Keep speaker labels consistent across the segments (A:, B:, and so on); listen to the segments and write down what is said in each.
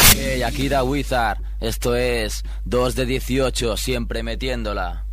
A: DJ Akira Wizard. Esto es 2 de 18, siempre metiéndola.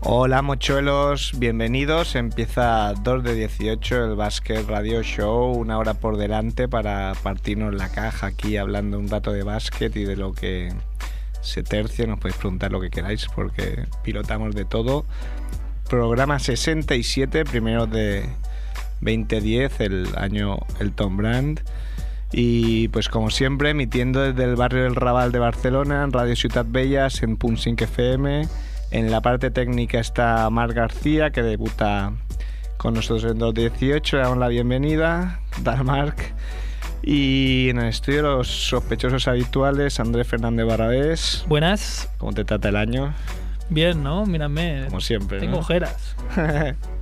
B: Hola mochuelos, bienvenidos. Empieza 2 de 18 el Basket Radio Show, una hora por delante para partirnos la caja aquí hablando un rato de básquet y de lo que se tercie. Nos podéis preguntar lo que queráis porque pilotamos de todo. Programa 67, primero de 2010, el año el Tom Brand. Y pues como siempre, emitiendo desde el barrio del Raval de Barcelona, en Radio Ciudad Bellas, en Punsink FM. En la parte técnica está Mar García, que debuta con nosotros en 218. Le damos la bienvenida, Dalmarc. Y en el estudio los sospechosos habituales, Andrés Fernández Barrabés.
C: Buenas.
B: ¿Cómo te trata el año?
C: Bien, ¿no? Mírame.
B: Como siempre.
C: Tengo
B: ¿no?
C: ojeras.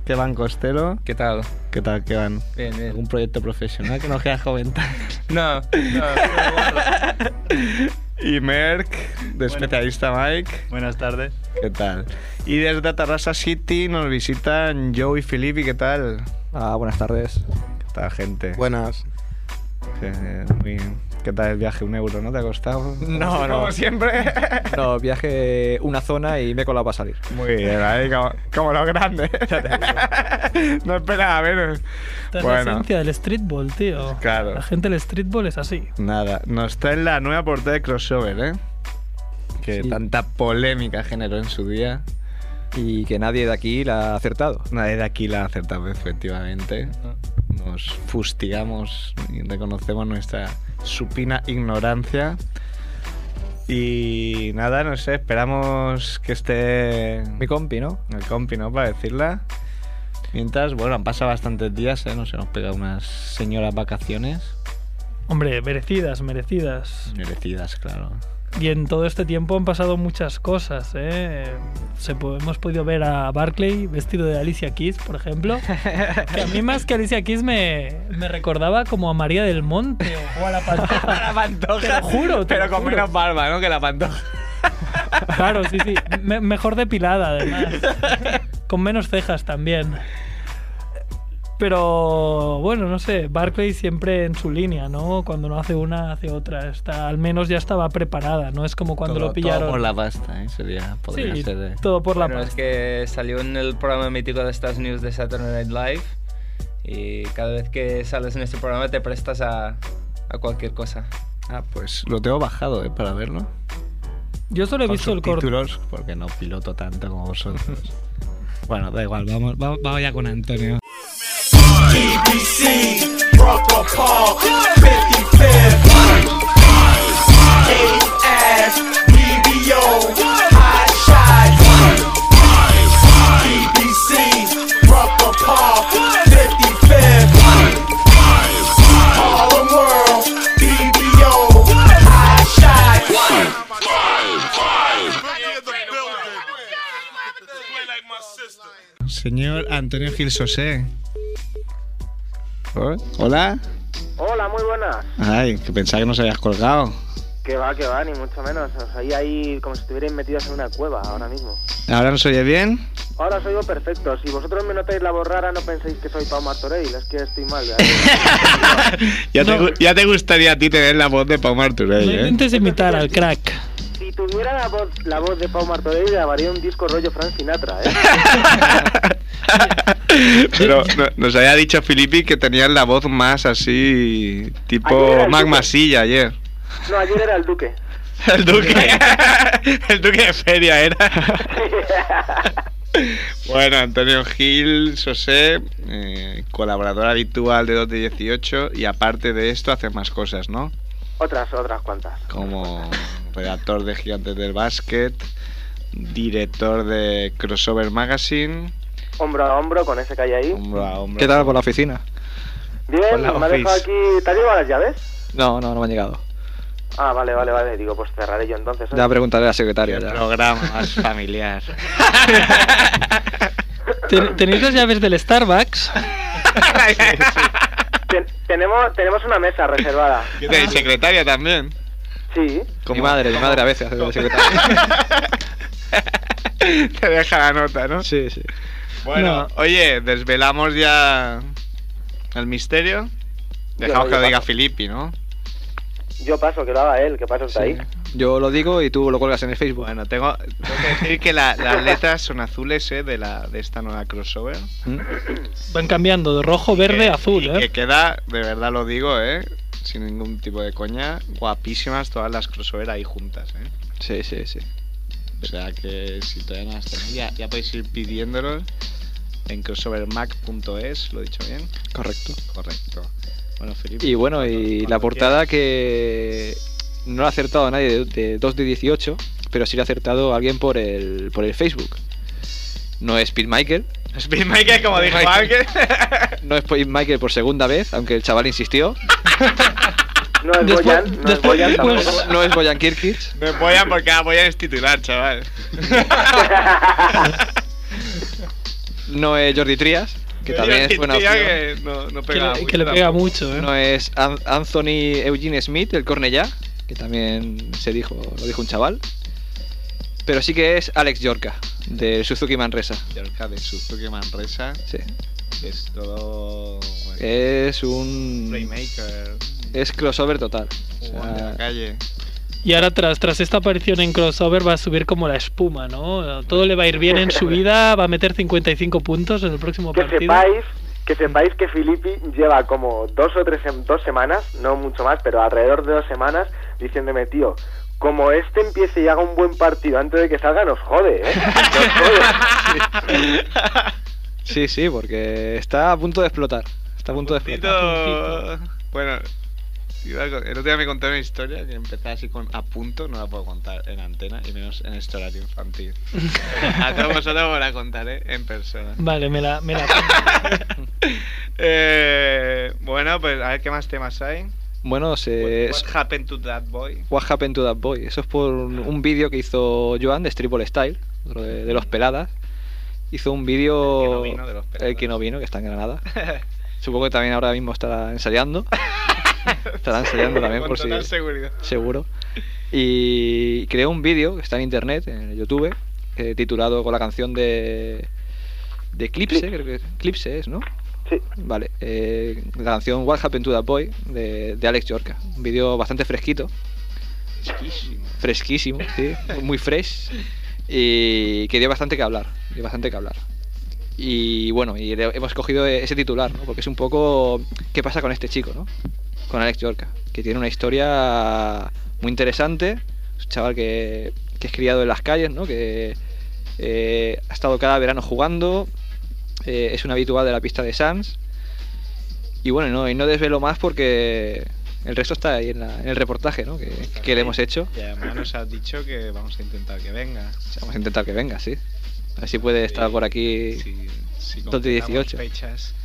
B: ¿Qué van, Costero?
D: ¿Qué tal?
B: ¿Qué tal, qué van?
D: Bien, bien.
B: ¿Algún proyecto profesional que nos quieras comentar?
D: No, no, no,
B: Y Merck, de especialista Mike.
E: Buenas tardes.
B: ¿Qué tal? Y desde Tarrasa City nos visitan Joe y Filippi, ¿qué tal?
F: Ah, buenas tardes.
B: ¿Qué tal, gente?
F: Buenas.
B: Eh, muy- ¿Qué tal el viaje? ¿Un euro no te ha costado?
F: No,
B: Como-
F: no.
B: Como siempre.
F: No, viaje una zona y me he colado para salir.
B: Muy bien, ahí como, como los grandes. no esperaba menos.
C: Esta es la
B: Bueno,
C: esencia del streetball, tío.
B: Claro.
C: La gente del streetball es así.
B: nada, nos traen la nueva portada de crossover, ¿eh? Que
F: Sí.
B: tanta polémica generó en su día.
F: Y que nadie de aquí la ha acertado.
B: Nadie de aquí la acertamos, efectivamente. Nos fustigamos y reconocemos nuestra supina ignorancia. Y nada, no sé, esperamos que esté
F: Mi compi, ¿no?
B: el compi, ¿no? Para decirla. Mientras, bueno, han pasado bastantes días, ¿eh? Nos hemos pegado unas señoras vacaciones.
C: Hombre, merecidas, merecidas.
B: Merecidas, claro.
C: Y en todo este tiempo han pasado muchas cosas, ¿eh? Se po- hemos podido ver a Barclay vestido de Alicia Keys, por ejemplo. Que a mí más que Alicia Keys me, me recordaba como a María del Monte o- o a la Pantoja. Te lo juro, te
B: Pero
C: lo
B: con
C: juro.
B: menos barba, ¿no? Que la pantoja.
C: Claro, sí, sí. Me- mejor depilada, además. Con menos cejas también. Pero bueno, no sé, Barclay siempre en su línea, ¿no? Cuando no hace una, hace otra. Está, al menos ya estaba preparada, no es como cuando
B: Todo-
C: lo
B: Todo
C: pillaron.
B: por la pasta, ¿eh? Sería, podría
C: sí,
B: ser. eh.
C: todo por la
D: Bueno, es
C: paz.
D: que salió en el programa mítico de Estados Unidos de Saturday Night Live y cada vez que sales en este programa te prestas a, a cualquier cosa.
B: Ah, pues lo tengo bajado, ¿eh? Para verlo.
C: Yo solo he
B: Con
C: visto el corto.
B: subtítulos, porque no piloto tanto como vosotros. bueno, da igual, vamos, vamos, vamos ya con Antonio.
G: DBC, Brother Paul, 55th. Gay ass, BBO, high shots. DBC, Brother Paul, 55th. Harlem World, BBO, high shots.
B: Señor Antonio Gil Sosé. Hola.
H: Hola, muy buenas.
B: Ay, que pensaba que nos habías colgado.
H: Que va, que va, ni mucho menos. Os oí ahí como si estuvierais metidos en una cueva ahora mismo.
B: ¿Ahora nos oye bien?
H: Ahora soy yo perfecto. Si vosotros me notáis la voz rara, no penséis que soy Pau Martorell. Es que estoy mal. ¿verdad?
B: Ya, te,
C: No.
B: gu- ya te gustaría a ti tener la voz de Pau Marturell,
C: No
B: ¿eh?
C: intentes imitar al crack.
H: si tuviera la voz, la voz de Pau Martorell, grabaría un disco rollo Frank Sinatra, ¿eh?
B: Pero no- nos había dicho Filippi que tenías la voz más así,
H: Ayer era
B: tipo
H: el
B: Mac
H: Duque.
B: Masilla ayer.
H: No, ayer era el Duque.
B: El duque. El duque de feria era. Bueno, Antonio Gil, Sosé, eh, colaborador habitual de 2 de 18 y aparte de esto hace más cosas, ¿no?
H: otras, otras cuantas.
B: Como redactor de Gigantes del Básquet, director de Crossover Magazine.
H: Hombro a hombro con ese que hay ahí.
B: Hombro a hombro.
F: ¿Qué tal por la oficina?
H: Bien,
B: Hola,
H: me ha dejado
B: Office.
H: aquí. ¿Te has llevado las llaves?
F: No, no, no me han llegado.
H: Ah, vale, vale, vale. Digo, pues cerraré yo entonces. ¿eh?
F: Ya preguntaré a la secretaria.
B: El
F: ya.
B: programa más familiar.
C: Ten- ¿Tenéis las llaves del Starbucks?
H: Ten- tenemos, tenemos una mesa reservada.
B: ¿Qué te secretaria también?
H: Sí.
F: Mi madre, mi madre a veces hace de secretaria.
B: Te deja la nota, ¿no?
F: Sí, sí.
C: No.
B: Bueno, oye, desvelamos ya el misterio. Dejamos
H: Ya,
B: que lo
H: ya.
B: diga Filippi, ¿no?
H: Yo paso, que lo haga él, que paso está ahí.
F: Yo lo digo y tú lo colgas en el Facebook.
B: Bueno, tengo, tengo que decir que la- las letras son azules, ¿eh? De, la, de esta nueva crossover.
F: ¿Mm?
C: Van cambiando de rojo, verde,
B: Que-
C: a azul,
B: y
C: ¿eh?
B: Que queda, de verdad lo digo, ¿eh? Sin ningún tipo de coña, guapísimas todas las crossover ahí juntas, ¿eh?
F: Sí, sí, sí.
B: O sea que si todavía no las tenéis, ya, ya podéis ir pidiéndolos en crossovermac.es, ¿lo he dicho bien?
F: Correcto.
B: Correcto. Bueno, Felipe.
F: Y bueno, y la portada que no la ha acertado nadie de, de 2 de 18, pero sí la ha acertado alguien por el, por el Facebook. No es Pete Michael,
B: Speedmaker, como dijo alguien.
F: no es Pete Michael por segunda vez, aunque el chaval insistió.
H: No es
C: Después-
H: Boyan, no es
C: después-
H: Boyan tampoco.
C: después-
F: No es Boyan Kirkich.
B: Me apoyan porque ahora voy a destitular, chaval.
F: no es Jordi Trias, que
B: Yo
F: también
B: digo
F: es buena
B: tío,
F: opción.
B: que no, no
C: Que,
B: pega
C: le,
B: mucho
C: que le pega
B: tampoco.
C: mucho, ¿eh?
F: No es An- Anthony Eugene Smith, el Cornellá, que también se dijo, lo dijo un chaval. Pero sí que es Alex Yorca, del Suzuki Manresa.
B: Yorka de Suzuki Manresa
F: Sí.
B: es todo. bueno,
F: Eh, Es un.
B: Playmaker.
F: Es crossover total. O sea,
B: jugando en la calle.
C: Y ahora tras, tras esta aparición en crossover va a subir como la espuma, ¿no? Todo le va a ir bien en su vida, va a meter 55 puntos en el próximo
H: que
C: partido.
H: sepáis que sepáis que Filippi lleva como dos o tres sem- dos semanas, no mucho más, pero alrededor de dos semanas diciéndome, tío, como este empiece y haga un buen partido antes de que salga, nos jode, ¿eh? Nos jode.
F: sí, sí, porque está a punto de explotar. Está a punto de explotar.
B: Tito. Bueno, iba a con- el otro día me contaron una historia que empezaba así con a punto, no la puedo contar en antena y menos en este horario infantil. a todos vosotros os la contaré en persona.
C: Vale, me la, me la pongo.
B: Eh, bueno, pues a ver qué más temas hay.
F: Bueno, se.
B: What happened to that boy?
F: What Happened to That Boy. Eso es por un, un vídeo que hizo Joan de Stripple Style, otro de, de los peladas. Hizo un vídeo.
B: El que no vino de los Peladas.
F: El que no vino, que está en Granada. Supongo que también ahora mismo estará ensayando. estará ensayando también
B: Con
F: por si.
B: total seguridad.
F: Seguro. Y creó un vídeo que está en internet, en YouTube, eh, titulado con la canción de. de Clipse, creo que. Clipse es, ¿no?
H: Sí.
F: Vale, eh, la canción What Happened to That Boy de, de Alex Yorca. Un vídeo bastante fresquito. Fresquísimo. sí. Muy fresh. Y que dio bastante que hablar. Dio bastante que hablar. Y bueno, y le- hemos cogido e- ese titular, ¿no? Porque es un poco qué pasa con este chico, ¿no? Con Alex Yorca, que tiene una historia muy interesante. Es un chaval que, que es criado en las calles, ¿no? Que eh, ha estado cada verano jugando, eh, es un habitual de la pista de Sans. Y bueno, no, y no desvelo más porque el resto está ahí en, la- en el reportaje ¿no? que, que le hemos hecho.
B: Y además nos has dicho que vamos a intentar que venga.
F: O sea, vamos a intentar que venga, sí. A ver si puede estar
B: Sí,
F: por aquí.
B: Si, si
F: Dos de
B: concretamos
F: 18.
B: fechas.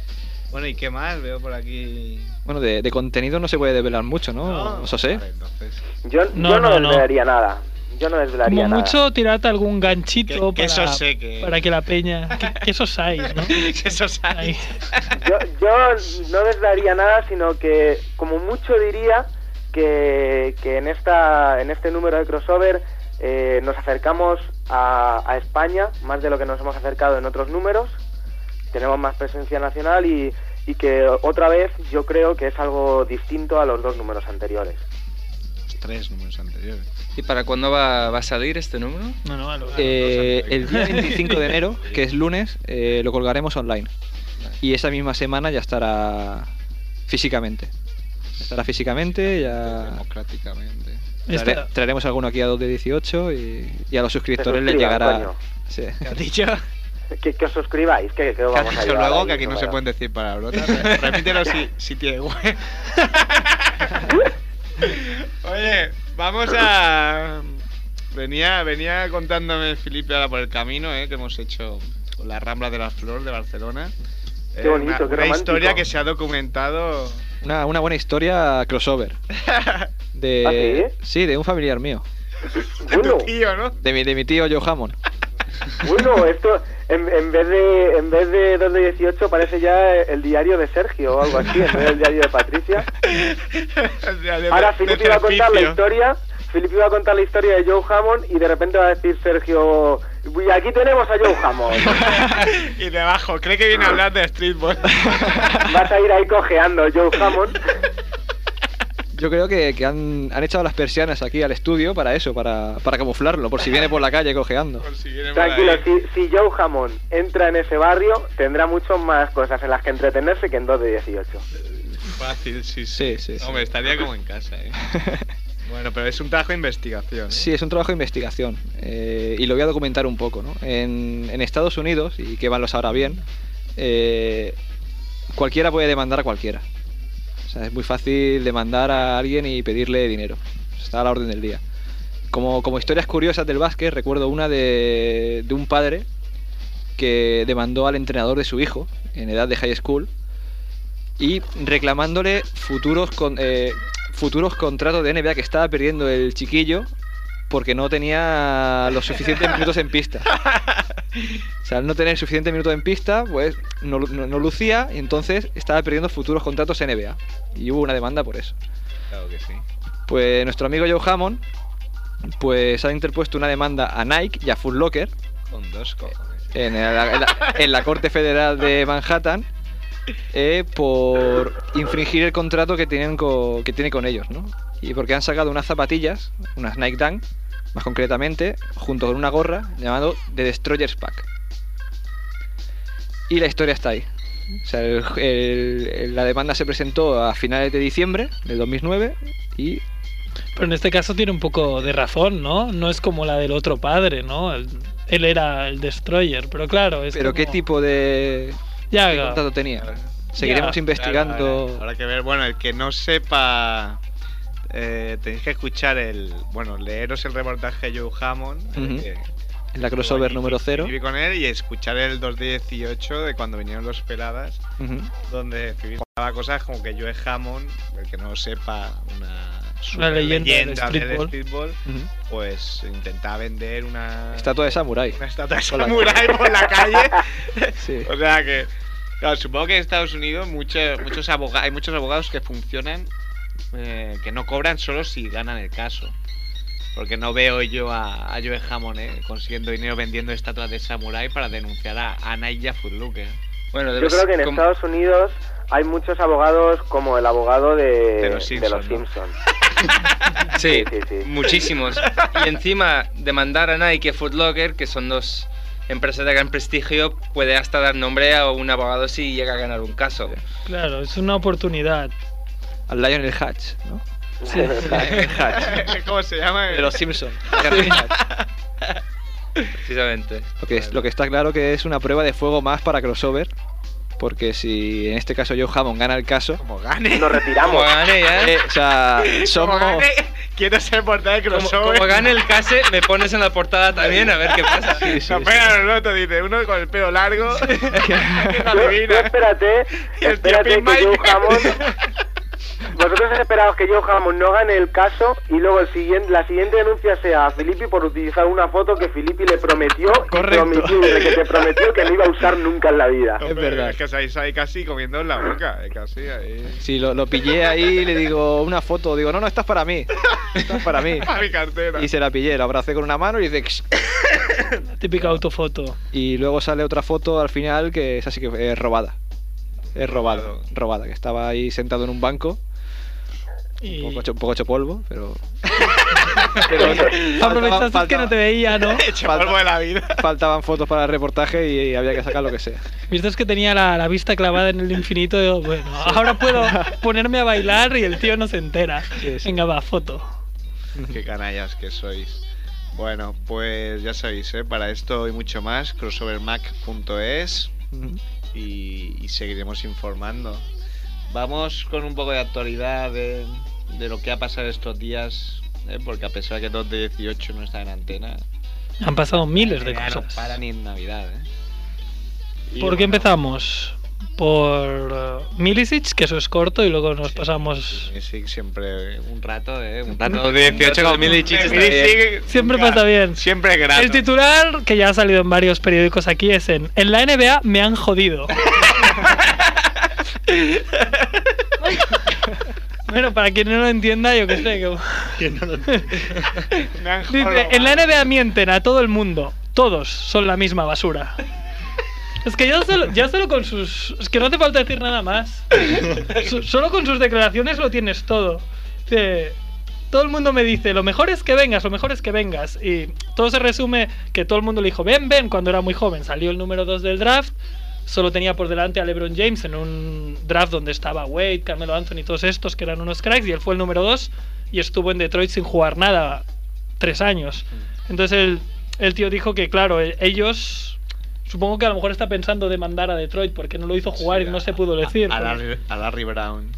B: Bueno, ¿y qué más? Veo por aquí.
F: Bueno, de, de contenido no se puede desvelar mucho, ¿no? Eso sé.
B: Vale, entonces.
H: Yo,
C: No,
H: yo
C: no,
H: no,
C: no.
H: desvelaría nada. Yo no desvelaría
C: Como
H: nada.
C: mucho tirad algún
B: Que-
C: ganchito
B: que
C: para,
B: eso sé que-
C: para que la peña... Que, que eso sáis, ¿no?
B: Que eso sale.
C: Ahí.
H: Yo, yo no desvelaría nada, sino que como mucho diría que, que en, esta, en este número de crossover eh, nos acercamos a, a España más de lo que nos hemos acercado en otros números. Tenemos más presencia nacional y, y que otra vez yo creo que es algo distinto a los dos números anteriores.
B: Los tres números anteriores.
D: ¿Y para cuándo va, va a salir este número?
C: No, no, a lo-
F: Eh,
B: no sé.
F: el día 25 de enero, que es lunes, eh, lo colgaremos online. Y esa misma semana ya estará físicamente. Estará físicamente, ya
B: Democráticamente.
F: traere-
C: Esta-
F: traeremos alguno aquí a 2 de 18 y, y a los suscriptores les
H: suscriban,
F: llegará.
H: coño.
F: Sí.
B: has dicho?
H: Que, que os suscribáis, que, que os vamos a
B: dicho
H: ayudar
B: luego
H: ahí,
B: que aquí no se
H: ¿verdad?
B: pueden decir palabrotas. Re- Repítelo si, si tiene hue- Oye, vamos a. Venía, venía contándome Felipe ahora por el camino eh, que hemos hecho por la Rambla de la Flor de Barcelona.
H: Qué
B: Eh,
H: bonito,
B: una,
H: qué
B: una
H: romántico.
B: historia que se ha documentado.
F: Una, una buena historia crossover. De,
H: ¿Ah,
F: sí? de un familiar mío.
B: de
H: Bueno,
B: tu tío, ¿no?
F: De mi, de mi tío Joe Hammond.
H: bueno, esto en, en vez de en vez de 2 de 18 parece ya el diario de Sergio o algo así, en vez del diario de Patricia.
B: O sea, de-
H: Ahora
B: de
H: Filipe iba a contar la
B: Cerpicio.
H: historia. Filipe iba a contar la historia de Joe Hammond y de repente va a decir Sergio, y aquí tenemos a Joe Hammond.
B: y debajo, cree que viene a hablar de streetball.
H: Vas a ir ahí cojeando, Joe Hammond.
F: Yo creo que, que han, han echado las persianas aquí al estudio para eso, para, para camuflarlo, por si viene por la calle cojeando.
B: Por si viene por
H: Tranquilo,
B: ahí.
H: si, si Joe Hammond entra en ese barrio, tendrá muchas más cosas en las que entretenerse que en 2 de 18.
B: Fácil, sí,
F: Sí, sí, sí.
B: Hombre, estaría como en casa, ¿eh? Bueno, pero es un trabajo de investigación. ¿eh?
F: Sí, es un trabajo de investigación eh, y lo voy a documentar un poco. ¿no? En, en Estados Unidos, y que van lo sabrá bien, eh, cualquiera puede demandar a cualquiera. O sea, es muy fácil demandar a alguien y pedirle dinero. Está a la orden del día. Como, como historias curiosas del básquet, recuerdo una de, de un padre que demandó al entrenador de su hijo en edad de high school y reclamándole futuros, con- eh, futuros contratos de NBA que estaba perdiendo el chiquillo porque no tenía los suficientes minutos en pista. O sea, al no tener suficientes minutos en pista, pues no, lu- no- no lucía y entonces estaba perdiendo futuros contratos en NBA. Y hubo una demanda por eso.
B: Claro que sí.
F: Pues nuestro amigo Joe Hammond pues ha interpuesto una demanda a Nike y a Foot Locker
B: Con dos cojones.
F: en la, en la- en la Corte Federal de Manhattan eh, por infringir el contrato que, tienen co- que tiene con ellos, ¿no? Y porque han sacado unas zapatillas, unas Nike Dunk, más concretamente, junto con una gorra llamado The Destroyers Pack. Y la historia está ahí. O sea, el- el- el- la demanda se presentó a finales de diciembre del 2009 y
C: Pero en este caso tiene un poco de razón, ¿no? No es como la del otro padre, ¿no? El- él era el destroyer, pero claro, es
F: pero qué
C: como-
F: tipo de,
C: Ya,
F: de
C: claro.
F: contrato tenía. Seguiremos
C: Ya.
F: investigando.
B: Claro, Habrá habrá que ver, bueno, el que no sepa, eh, tenéis que escuchar el, bueno, leeros el reportaje de Joe Hammond. eh,
F: Ujú.
B: que-
F: En la crossover
B: y-
F: número 0.
B: escribí con él y escuchar el 218 de cuando vinieron los peladas, donde escribí contaba cosas como que Joe Hammond, el que no lo sepa, una super
C: leyenda del streetball.
B: streetball, pues intentaba vender una
F: Estatua de samurái.
B: una estatua de
F: Con la-
B: samurái por la calle.
F: Sí.
B: O sea que, claro, supongo que en Estados Unidos muchos, muchos abogados, hay muchos abogados que funcionan, eh, que no cobran solo si ganan el caso. Porque no veo yo a, a Joe Hammond eh, consiguiendo dinero vendiendo estatuas de samurái para denunciar a, a Nike y a Foot Locker.
D: Bueno,
H: Yo
D: debes-
H: creo que en
D: com-
H: Estados Unidos hay muchos abogados como el abogado de,
B: De los Simpson, ¿no?
H: Simpsons.
D: Sí,
H: Sí, sí, sí.
D: muchísimos. Y encima, demandar a Nike y Foot Locker, que son dos empresas de gran prestigio, puede hasta dar nombre a un abogado si llega a ganar un caso.
C: Claro, es una oportunidad.
F: Al Lionel Hatch, ¿no?
C: Sí.
F: Lionel Hatch.
B: ¿Cómo se llama?
F: De los Simpsons. Lionel Hatch.
D: Precisamente.
F: Lo que, es- lo que está claro que es una prueba de fuego más para crossover. Porque si en este caso Joe Hammond gana el caso.
B: Como gane.
H: Nos
D: Como
H: retiramos.
D: gane, ya.
F: eh, o sea,
B: Como
F: somos.
B: gane. Quiero ser portada de
D: Como,
B: crossover.
D: como gane el case, me pones en la portada también a ver qué pasa.
F: Sí, sí,
B: Se pegan los lotos, dice. Uno con el pelo largo. que
H: Tú-
B: no
H: tú
B: adivina.
H: espérate,
B: Y el tío
H: espérate que
B: Pin Mike.
H: Joe Hammond. Vosotros esperados que Joe Hammond no gane el caso y luego el siguiente, la siguiente denuncia sea a Filippi por utilizar una foto que Filippi le prometió, y
F: Correcto.
H: prometió y de que te prometió que no iba a usar nunca en la vida.
B: Hombre,
F: verdad.
B: Es que salís ahí casi comiendo en la boca. eh, Casi ahí.
F: Si lo, lo pillé ahí y le digo una foto, digo, no, no, estás para mí. Estás para mí.
B: A mi cartera.
F: Y se la pillé, la abracé con una mano y dice. "Ksh".
C: La típica autofoto.
F: Y luego sale otra foto al final que es así que es robada. Es robada,
B: Robado.
F: robada, que estaba ahí sentado en un banco,
C: Y
F: un poco hecho, un poco hecho polvo, pero.
C: aprovechaste
F: faltaba-
C: que no te veía, ¿no?
F: Falta-
B: Hecho
E: Pues
B: polvo de la vida.
F: Faltaban fotos para el reportaje y, había que sacar lo que sea.
C: Viste que tenía la, la vista clavada en el infinito. digo, bueno, ahora puedo ponerme a bailar y el tío no se entera.
F: Sí, sí.
C: Venga, va, foto.
B: Qué canallas que sois. Bueno, pues ya sabéis, ¿eh? para esto y mucho más, crossovermac.es
F: Ujú.
B: y, y seguiremos informando. Vamos con un poco de actualidad de, de lo que ha pasado estos días
E: ¿eh? porque a pesar de que 2 de 18 no está en antena,
C: Han pasado miles de
F: Ya no
C: cosas.
F: para ni en Navidad, ¿eh?
E: y
C: ¿Por qué
E: bueno,
C: empezamos? Por eh, Milicic, que eso es corto, y luego nos pasamos.
B: Sí, siempre
F: Un rato, ¿eh? Un rato de 18 con mil y
B: Eh,
E: Sí,
F: chistes.
E: sí,
F: está bien.
C: Siempre
E: nunca-
C: pasa bien.
E: Siempre grato.
C: El titular, que ya ha salido en varios periódicos aquí, es en En la NBA me han jodido. bueno, para quien no lo entienda, yo qué sé. que-
E: Que no lo-
F: Me han
C: Dice,
F: jorobado.
C: en la NBA mienten a todo el mundo. Todos son la misma basura. Es que ya solo, ya solo con sus... Es que no te falta decir nada más. So- solo con sus declaraciones lo tienes todo. Dice, todo el mundo me dice, lo mejor es que vengas, lo mejor es que vengas. Y todo se resume que todo el mundo le dijo, ven, ven, cuando era muy joven. Salió el número 2 del draft. Solo tenía por delante a LeBron James en un draft donde estaba Wade, Carmelo Anthony y todos estos que eran unos cracks. Y él fue el número 2 y estuvo en Detroit sin jugar nada tres años. Entonces el, el tío dijo que, claro, e- ellos. Supongo que a lo mejor está pensando demandar a Detroit porque no lo hizo jugar y no se pudo decir.
E: A, a
C: porque-
E: Larry, a Larry Brown.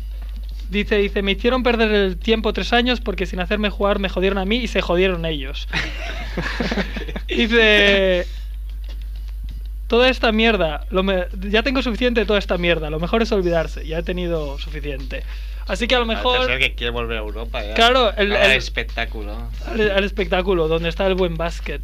C: Dice, dice, me hicieron perder el tiempo tres años porque sin hacerme jugar me jodieron a mí y se jodieron ellos. dice, toda esta mierda, lo me- ya tengo suficiente de toda esta mierda, lo mejor es olvidarse, ya he tenido suficiente. Así que a lo mejor...
E: Parece ser que quiere volver a Europa. ya.
C: Claro, el-
F: Ah,
C: el-
F: espectáculo.
C: al, al espectáculo, donde está el buen básquet.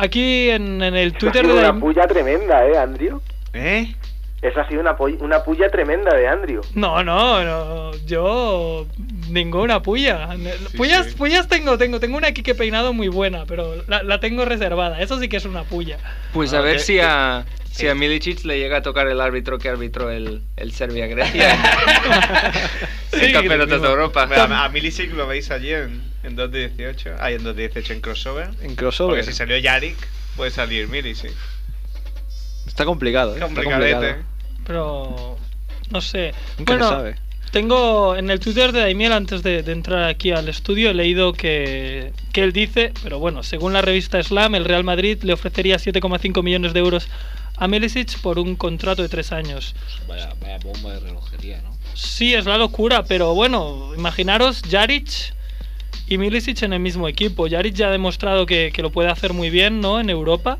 C: Aquí en, en el
H: Eso ha
C: Twitter
H: sido
C: de...
H: una puya tremenda, ¿eh, Andrew?
B: ¿Eh?
H: Esa ha sido una, poll- una puya tremenda de Andrew.
C: No, no, no, yo ninguna puya. Eh, puyas,
E: sí.
C: puyas tengo, tengo, tengo una aquí que he peinado muy buena, pero la, la tengo reservada. Eso sí que es una puya.
D: Pues a
E: Bueno,
D: ver
E: que-
D: si a, si a Milicic le llega a tocar el árbitro que arbitró el, el Serbia-Grecia. en
C: Sí,
D: campeonatos de Europa.
E: Hombre, A, a Milicic lo veis allí en, en 2 de 18. Ahí en 2 de 18 en crossover.
F: En
E: Porque
F: crossover.
E: si salió Yarik, puede salir Milicic.
F: Está complicado, ¿eh? Está
E: Complicadete.
F: complicado.
C: Pero no sé.
F: Nunca
C: bueno,
F: se sabe.
C: tengo en el Twitter de Daimiel antes de, de entrar aquí al estudio he leído que, que él dice, pero bueno, según la revista Slam, el Real Madrid le ofrecería 7,5 millones de euros a Melisic por un contrato de tres años.
E: Pues Vaya, vaya bomba de relojería, ¿no?
C: Sí, es la locura, pero bueno, imaginaros Jaric y Milicic en el mismo equipo. Jaric ya ha demostrado que, que lo puede hacer muy bien, ¿no? En Europa.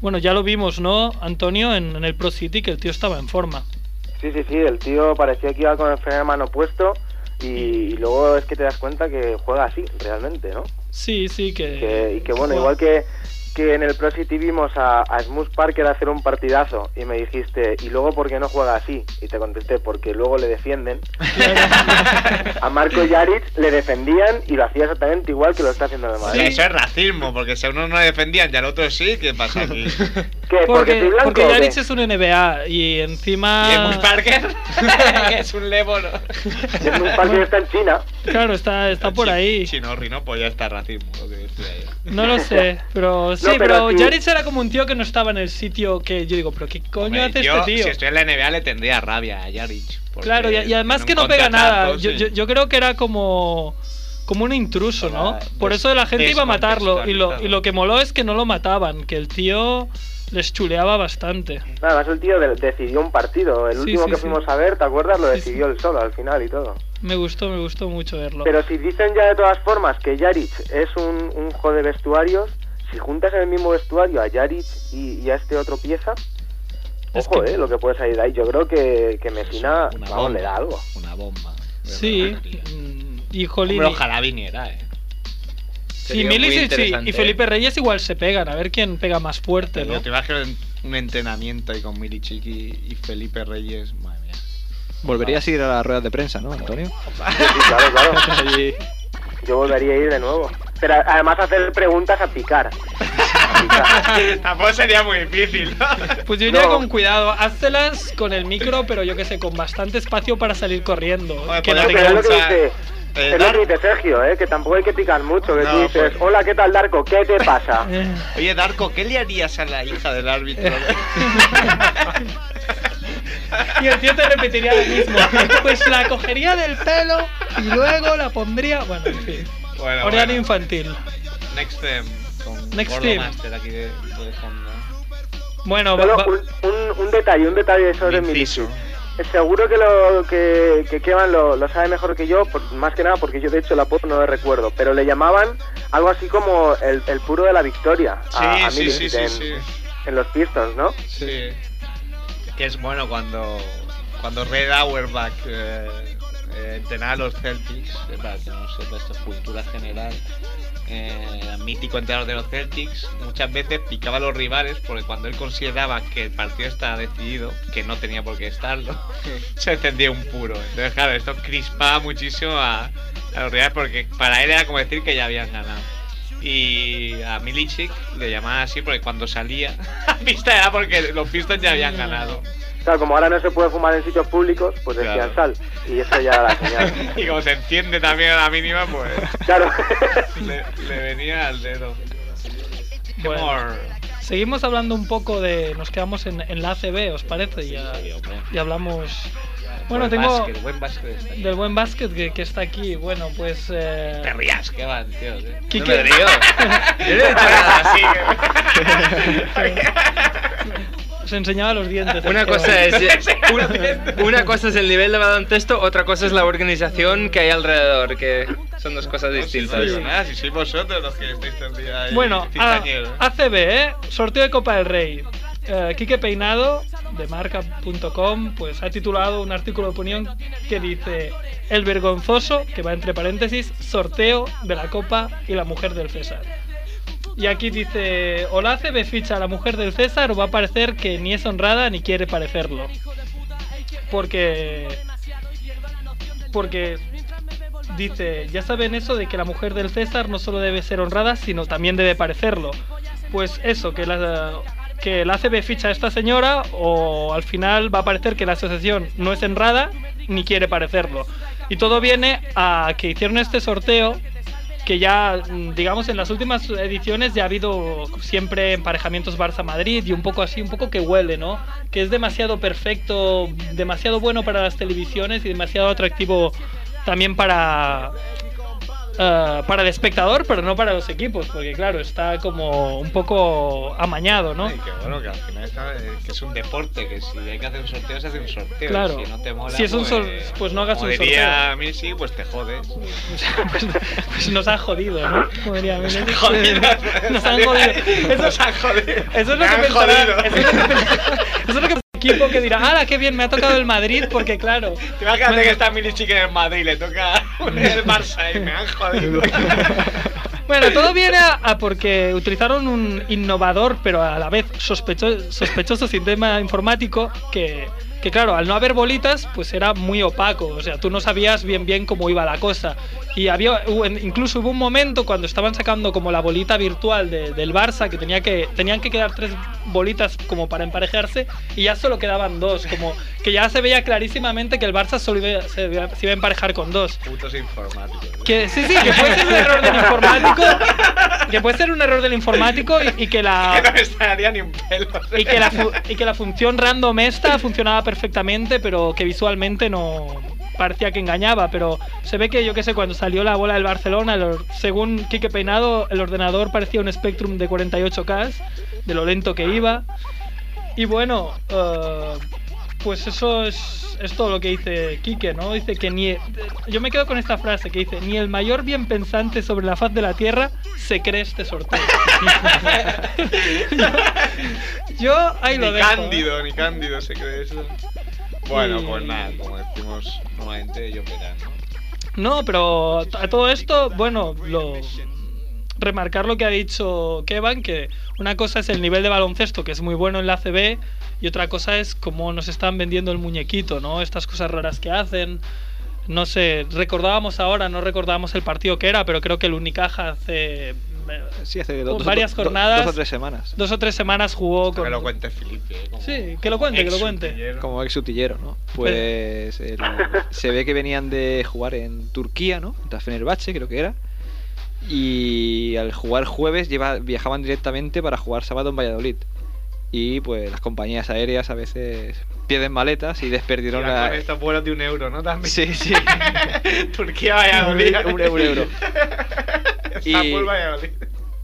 C: Bueno, ya lo vimos, ¿no, Antonio? En, en el Pro City, que el tío estaba en forma.
H: Sí, sí, sí, el tío parecía que iba con el freno de mano puesto y, y luego es que te das cuenta que juega así, realmente, ¿no?
C: Sí, sí, que...
H: que, y que bueno,
C: juega-
H: igual que, que en el Pro City vimos a, a Smooth Parker hacer un partidazo y me dijiste, ¿y luego por qué no juega así? Y te contesté, porque luego le defienden. a Marco Yaritz le defendían y lo hacía exactamente igual que lo está haciendo el
E: O
H: Madrid.
E: sea, eso es racismo, porque si a uno no le defendían y al otro sí, ¿qué pasa aquí?
H: ¿Qué? ¿Porque, soy
C: Porque,
H: blanco
C: porque
H: o qué?
C: Jaric es un NBA y
F: ¿Y Emus
C: encima...
F: Parker? que es un lébono.
H: Smooth Parker está en China.
C: Claro, está, está por ahí.
E: Si no, Rino, pues ya está racismo. Lo que estoy ahí.
C: No lo sé, pero sí,
H: pero
C: pero,
H: sí.
C: Jaric era como un tío que no estaba en el sitio que yo digo, pero ¿qué coño
F: Hombre,
C: hace
F: yo,
C: este tío?
F: Si estoy en la NBA le tendría rabia a Yaric. porque
C: Claro, y, y además que
F: tiene un
C: no pega nada.
F: contratazo,
C: Yo,
F: sí.
C: yo- yo creo que era como, como un intruso, ¿no?
F: Para
C: Por
F: des-
C: eso la gente iba a matarlo. Y lo,
F: descontextualizado.
C: y lo que moló es que no lo mataban, que el tío les chuleaba bastante.
H: Nada más el tío de- decidió un partido. El
C: Sí,
H: último
C: sí,
H: que
C: sí.
H: fuimos a ver, ¿te acuerdas? Lo
C: Sí, sí.
H: decidió él solo al final y todo.
C: Me gustó, me gustó mucho verlo.
H: Pero si dicen ya de todas formas que Jaric es un, un juego de vestuarios, si juntas en el mismo vestuario a Jaric y, y a este otro pieza,
C: Es
H: ojo,
C: que-
H: eh, lo que puede salir de ahí. Yo creo que, que Messina
F: Una
H: vamos,
F: bomba.
H: le da algo.
F: Una bomba.
C: sí,
F: Hombre,
C: mm, y Jolín.
F: ojalá viniera, eh.
C: Sí,
D: Sería muy
C: Milicic y- y
D: interesante. ¿eh?
C: Felipe Reyes igual se pegan, a ver quién pega más fuerte,
E: Pero
C: ¿no?
E: te imagino en- un entrenamiento ahí con Milicic y, y Felipe Reyes. Madre mía.
F: Volverías a ir a las ruedas de prensa, ¿no, Antonio?
H: Sí, claro, claro.
F: Allí.
H: Yo volvería a ir de nuevo. Pero a- además hacer preguntas a picar. A picar.
E: Tampoco sería muy difícil, ¿no?
C: Pues yo iría
H: No.
C: con cuidado, háztelas con el micro, pero yo que sé, con bastante espacio para salir corriendo.
E: Joder,
C: que no
E: podemos
H: Pero
C: tengan-
H: es lo que
E: pensar.
H: dice...
E: Eh,
H: es lo
E: Dar-
H: que dice Sergio, eh, que tampoco hay que picar mucho, que
E: No,
H: tú dices,
E: pues-
H: hola, ¿qué tal, Darko? ¿Qué te pasa?
C: Eh.
E: Oye, Darko, ¿qué le harías a la hija del árbitro?
C: Y el tío te repetiría lo mismo. Pues la cogería del pelo y luego la pondría. Bueno, en fin.
E: bueno,
C: Ordeano
E: bueno.
C: infantil.
E: Next Team. Con
C: Next
E: Gordo
C: Team.
E: Master aquí de, de fondo.
C: Bueno, va-
H: Solo
C: va-
H: un, un- un detalle, un detalle sobre mi
E: Inciso.
H: Seguro que lo que, que Kevan lo, lo sabe mejor que yo, por- más que nada porque yo de hecho la pop no lo recuerdo, pero le llamaban algo así como el, el puro de la victoria a, Ah, a
B: sí, sí,
H: Milicic
B: sí,
H: en,
B: sí,
H: en los Pistons, ¿no?
B: sí, sí. Que es bueno cuando, cuando Red Auerbach eh, eh, entrenaba a los Celtics, eh, para que no sepa esto es cultura general, eh, mítico entrenador de los Celtics, muchas veces picaba a los rivales porque cuando él consideraba que el partido estaba decidido, que no tenía por qué estarlo, se encendía un puro. Entonces, claro, esto crispaba muchísimo a, a los rivales porque para él era como decir que ya habían ganado. Y a Milicic le llamaban así porque cuando salía a pista era porque los Pistons ya habían ganado.
H: Claro, como ahora no se puede fumar en sitios públicos, pues decían sal,
B: Claro.
H: y eso ya era la señal.
B: Y como se enciende también a la mínima, pues
H: Claro.
B: le, le venía al dedo. Qué
C: Bueno.
B: mor-
C: Seguimos hablando un poco de. Nos quedamos en, en la ACB, ¿os parece? Y, ya-
B: Sí, hombre.
C: y hablamos Bueno,
B: Buen
C: tengo-
B: básquet, buen básquet está aquí.
C: del buen básquet que, que está aquí. Bueno, pues. eh,
B: Te rías, qué van, tío. eh.
C: Quique-
D: No me río. Yo no he dicho nada así.
C: Se enseñaba los dientes.
D: Una
C: Esteban.
D: cosa es una, una cosa es el nivel de baloncesto, otra cosa es la organización que hay alrededor, que son dos cosas
B: No, si
D: distintas.
B: no digo nada, si sois vosotros los que estáis todo el día ahí.
C: Bueno, ah, a-
B: cizañeros.
C: ACB, ¿eh? Sorteo de Copa del Rey. Eh, Quique Peinado, de marca.com, pues ha titulado un artículo de opinión que dice El vergonzoso, que va entre paréntesis, sorteo de la Copa y la mujer del César. Y aquí dice, o la ACB ficha a la mujer del César o va a parecer que ni es honrada ni quiere parecerlo. Porque... Porque Dice, ya saben eso de que la mujer del César no solo debe ser honrada, sino también debe parecerlo. Pues eso, que la, que la ACB ficha a esta señora o al final va a parecer que la asociación no es honrada ni quiere parecerlo. Y todo viene a que hicieron este sorteo que ya, mm, digamos, en las últimas ediciones ya ha habido siempre emparejamientos Barça-Madrid y un poco así, un poco que huele, ¿no? Que es demasiado perfecto, demasiado bueno para las televisiones y demasiado atractivo también para, eh, para el espectador, pero no para los equipos, porque claro, está como un poco amañado, ¿no?
B: Ay, que bueno, que al final está- eh, que es un deporte, que si hay que hacer un sorteo, se hace un sorteo.
C: Claro.
B: y Si no te mola,
C: Si es un
B: pues,
C: sor- pues no hagas
B: como
C: un
B: diría a mí sí, pues te jodes.
C: Pues nos ha jodido, ¿no? Como diría Melendi.
B: Jodido.
C: Nos han jodido. Eso,
B: Nos han jodido.
C: Eso es lo
B: Me
C: que
B: han
C: pensará.
B: jodido.
C: Eso es lo que pensará- eso es lo que pensará el equipo que dirá, ¡ah, qué bien! Me ha tocado el Madrid porque, claro.
B: Te imagínate que está Mili Chicken en Madrid y le toca el Barça y me han jodido.
C: Bueno, todo viene a, a porque utilizaron un innovador, pero a la vez sospecho- sospechoso sistema informático que, que, claro, al no haber bolitas, pues era muy opaco. O sea, tú no sabías bien bien cómo iba la cosa. Y había, hubo- incluso hubo un momento cuando estaban sacando como la bolita virtual de- del Barça, que, tenía que tenían que quedar tres bolitas como para emparejarse, y ya solo quedaban dos. Como que ya se veía clarísimamente que el Barça solo iba- se iba- se iba a emparejar con dos.
B: Putos informáticos.
C: Que sí, sí, que puede ser un error del informático. Que puede ser un error del informático y, y que
B: Que no
C: la.
B: me estaría ni un pelo.
C: Y que, la fu- y que la función random esta funcionaba perfectamente, pero que visualmente no parecía que engañaba. Pero se ve que, yo qué sé, cuando salió la bola del Barcelona, el or- según Quique Peinado, el ordenador parecía un Spectrum de 48K, de lo lento que iba. Y bueno, eh, pues eso es, es todo lo que dice Quique, ¿no? Dice que ni. Yo me quedo con esta frase que dice: Ni el mayor bien pensante sobre la faz de la tierra se cree este sorteo. yo, yo ahí lo
B: ni
C: dejo. ¿eh? Mm.
B: Cándido, ni Cándido se cree eso. Bueno,
C: Y-
B: pues nada, como decimos normalmente, ellos verán, ¿no?
C: No, pero a todo esto, bueno, lo remarcar lo que ha dicho Kevan, que una cosa es el nivel de baloncesto, que es muy bueno en la ACB, y otra cosa es cómo nos están vendiendo el muñequito, ¿no? Estas cosas raras que hacen. No sé, recordábamos ahora, no recordábamos el partido que era, pero creo que el Unicaja hace eh,
F: Sí, hace do- dos,
C: varias
F: do-
C: jornadas.
F: Dos o tres semanas.
C: dos o tres semanas jugó
B: Que
C: con...
B: lo cuente Felipe. como
C: Sí, que lo cuente, que lo cuente.
B: ex-utillero.
F: Como ex utillero, ¿no? Pues el- se ve que venían de jugar en Turquía, ¿no? Contra Fenerbahce, creo que era. Y al jugar jueves lleva, viajaban directamente para jugar sábado en Valladolid. Y pues las compañías aéreas a veces pierden maletas y desperdieron
B: Iban
F: la...
B: con estos vuelos de un euro, ¿no? También.
F: Sí, sí.
B: Turquía, Valladolid.
F: Un euro, un euro.
B: Estambul, Valladolid.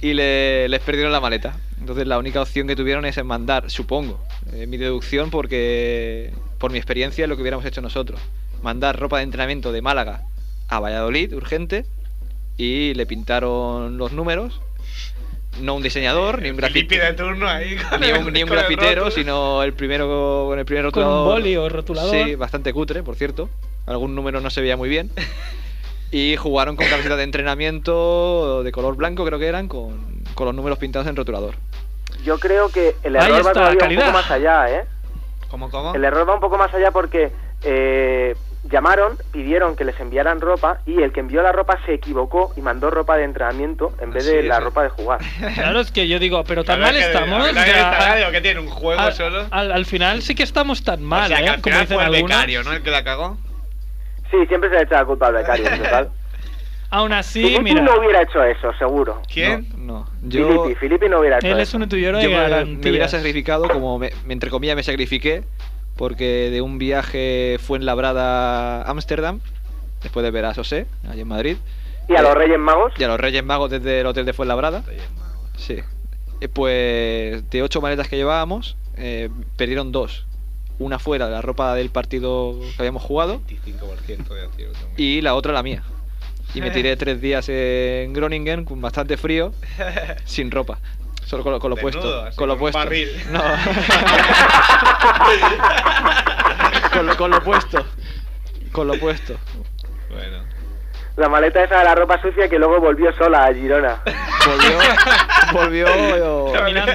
F: y le- les perdieron la maleta. Entonces la única opción que tuvieron es mandar, supongo, eh, mi deducción porque por mi experiencia, es lo que hubiéramos hecho nosotros. Mandar ropa de entrenamiento de Málaga a Valladolid, urgente, y le pintaron los números. No un diseñador, ni un
E: Felipe
F: grafitero.
E: de turno ahí. con
F: Ni
E: el-
F: un, ni un
E: con el
F: grafitero,
E: rótulo.
F: sino el primero con el primer
C: Con un
F: rotulador.
C: boli o rotulador.
F: Sí, bastante cutre, por cierto. Algún número no se veía muy bien. Y jugaron con camisetas de entrenamiento de color blanco, creo que eran, con, con los números pintados en rotulador.
H: Yo creo que el
C: Ahí
H: error
C: está,
H: va todavía
C: calidad.
H: un poco más allá, ¿eh?
E: ¿Cómo, cómo?
H: El error va un poco más allá porque eh, llamaron, pidieron que les enviaran ropa y el que envió la ropa se equivocó y mandó ropa de entrenamiento en vez de
E: Sí,
H: la
C: eh.
E: sí.
H: ropa de jugar.
C: Claro, es que yo digo, pero tan mal estamos.
E: La
C: o sea,
E: está radio que tiene un juego
C: al,
E: solo.
C: al- al final sí que estamos tan mal,
E: o sea, que
C: ¿eh?
E: al
C: Como
E: final
C: dicen
E: fue el
C: algunos.
E: becario, ¿no? El que la cagó.
H: Sí, siempre se le echa la culpa al becario, en total.
C: Aún así,
H: Filippi
C: mira,
H: no hubiera hecho eso, seguro.
E: ¿Quién?
F: No, no. Yo,
H: Filippi, Filippi no hubiera hecho
C: él es
H: eso.
C: un tuyoro de
F: yo me, me hubiera
C: garantías.
F: sacrificado como, me, me- entre comillas, me sacrifiqué porque de un viaje fue en Labrada a Ámsterdam, después de ver a Sosé, allí en Madrid,
H: ¿Y a los Reyes Magos?
F: y a los Reyes Magos desde el hotel de Fuenlabrada. Sí. Eh, Pues de ocho maletas que llevábamos, eh, perdieron dos. Una fuera la ropa del partido que habíamos jugado
E: 25% de acierto.
F: y la otra la mía. Y me tiré tres días en Groningen con bastante frío, sin ropa. Solo con lo, con lo
E: Desnudo,
F: puesto.
E: así,
F: Con
E: con
F: lo
E: un
F: puesto.
E: barril.
F: No. con, lo, con lo puesto. Con lo puesto.
E: Bueno.
H: La maleta esa de la ropa sucia que luego volvió sola a Girona.
F: Volvió. Volvió. eh,
C: Caminando.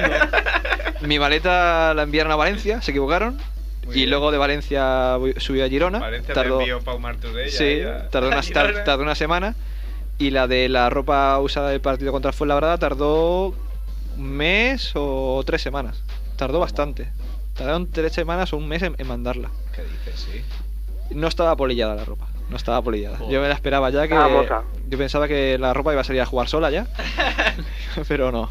F: Mi maleta la enviaron a Valencia, se equivocaron.
E: Muy
F: y
E: bien.
F: luego de Valencia voy- subí a Girona.
E: Valencia
F: tardó,
E: te envió Pau Martorell.
F: sí,
E: ya-
F: tardó, una,
E: ya
F: tar-
E: era.
F: tardó una semana. Y la de la ropa usada del partido contra Fuenlabrada tardó un mes o tres semanas. Tardó bastante. Tardaron tres semanas o un mes en, en mandarla.
E: ¿Qué dices, sí?
F: No estaba polillada la ropa. No estaba polillada. Yo me la esperaba ya que.
H: Ah, moza.
F: yo pensaba que la ropa iba a salir a jugar sola ya. pero no.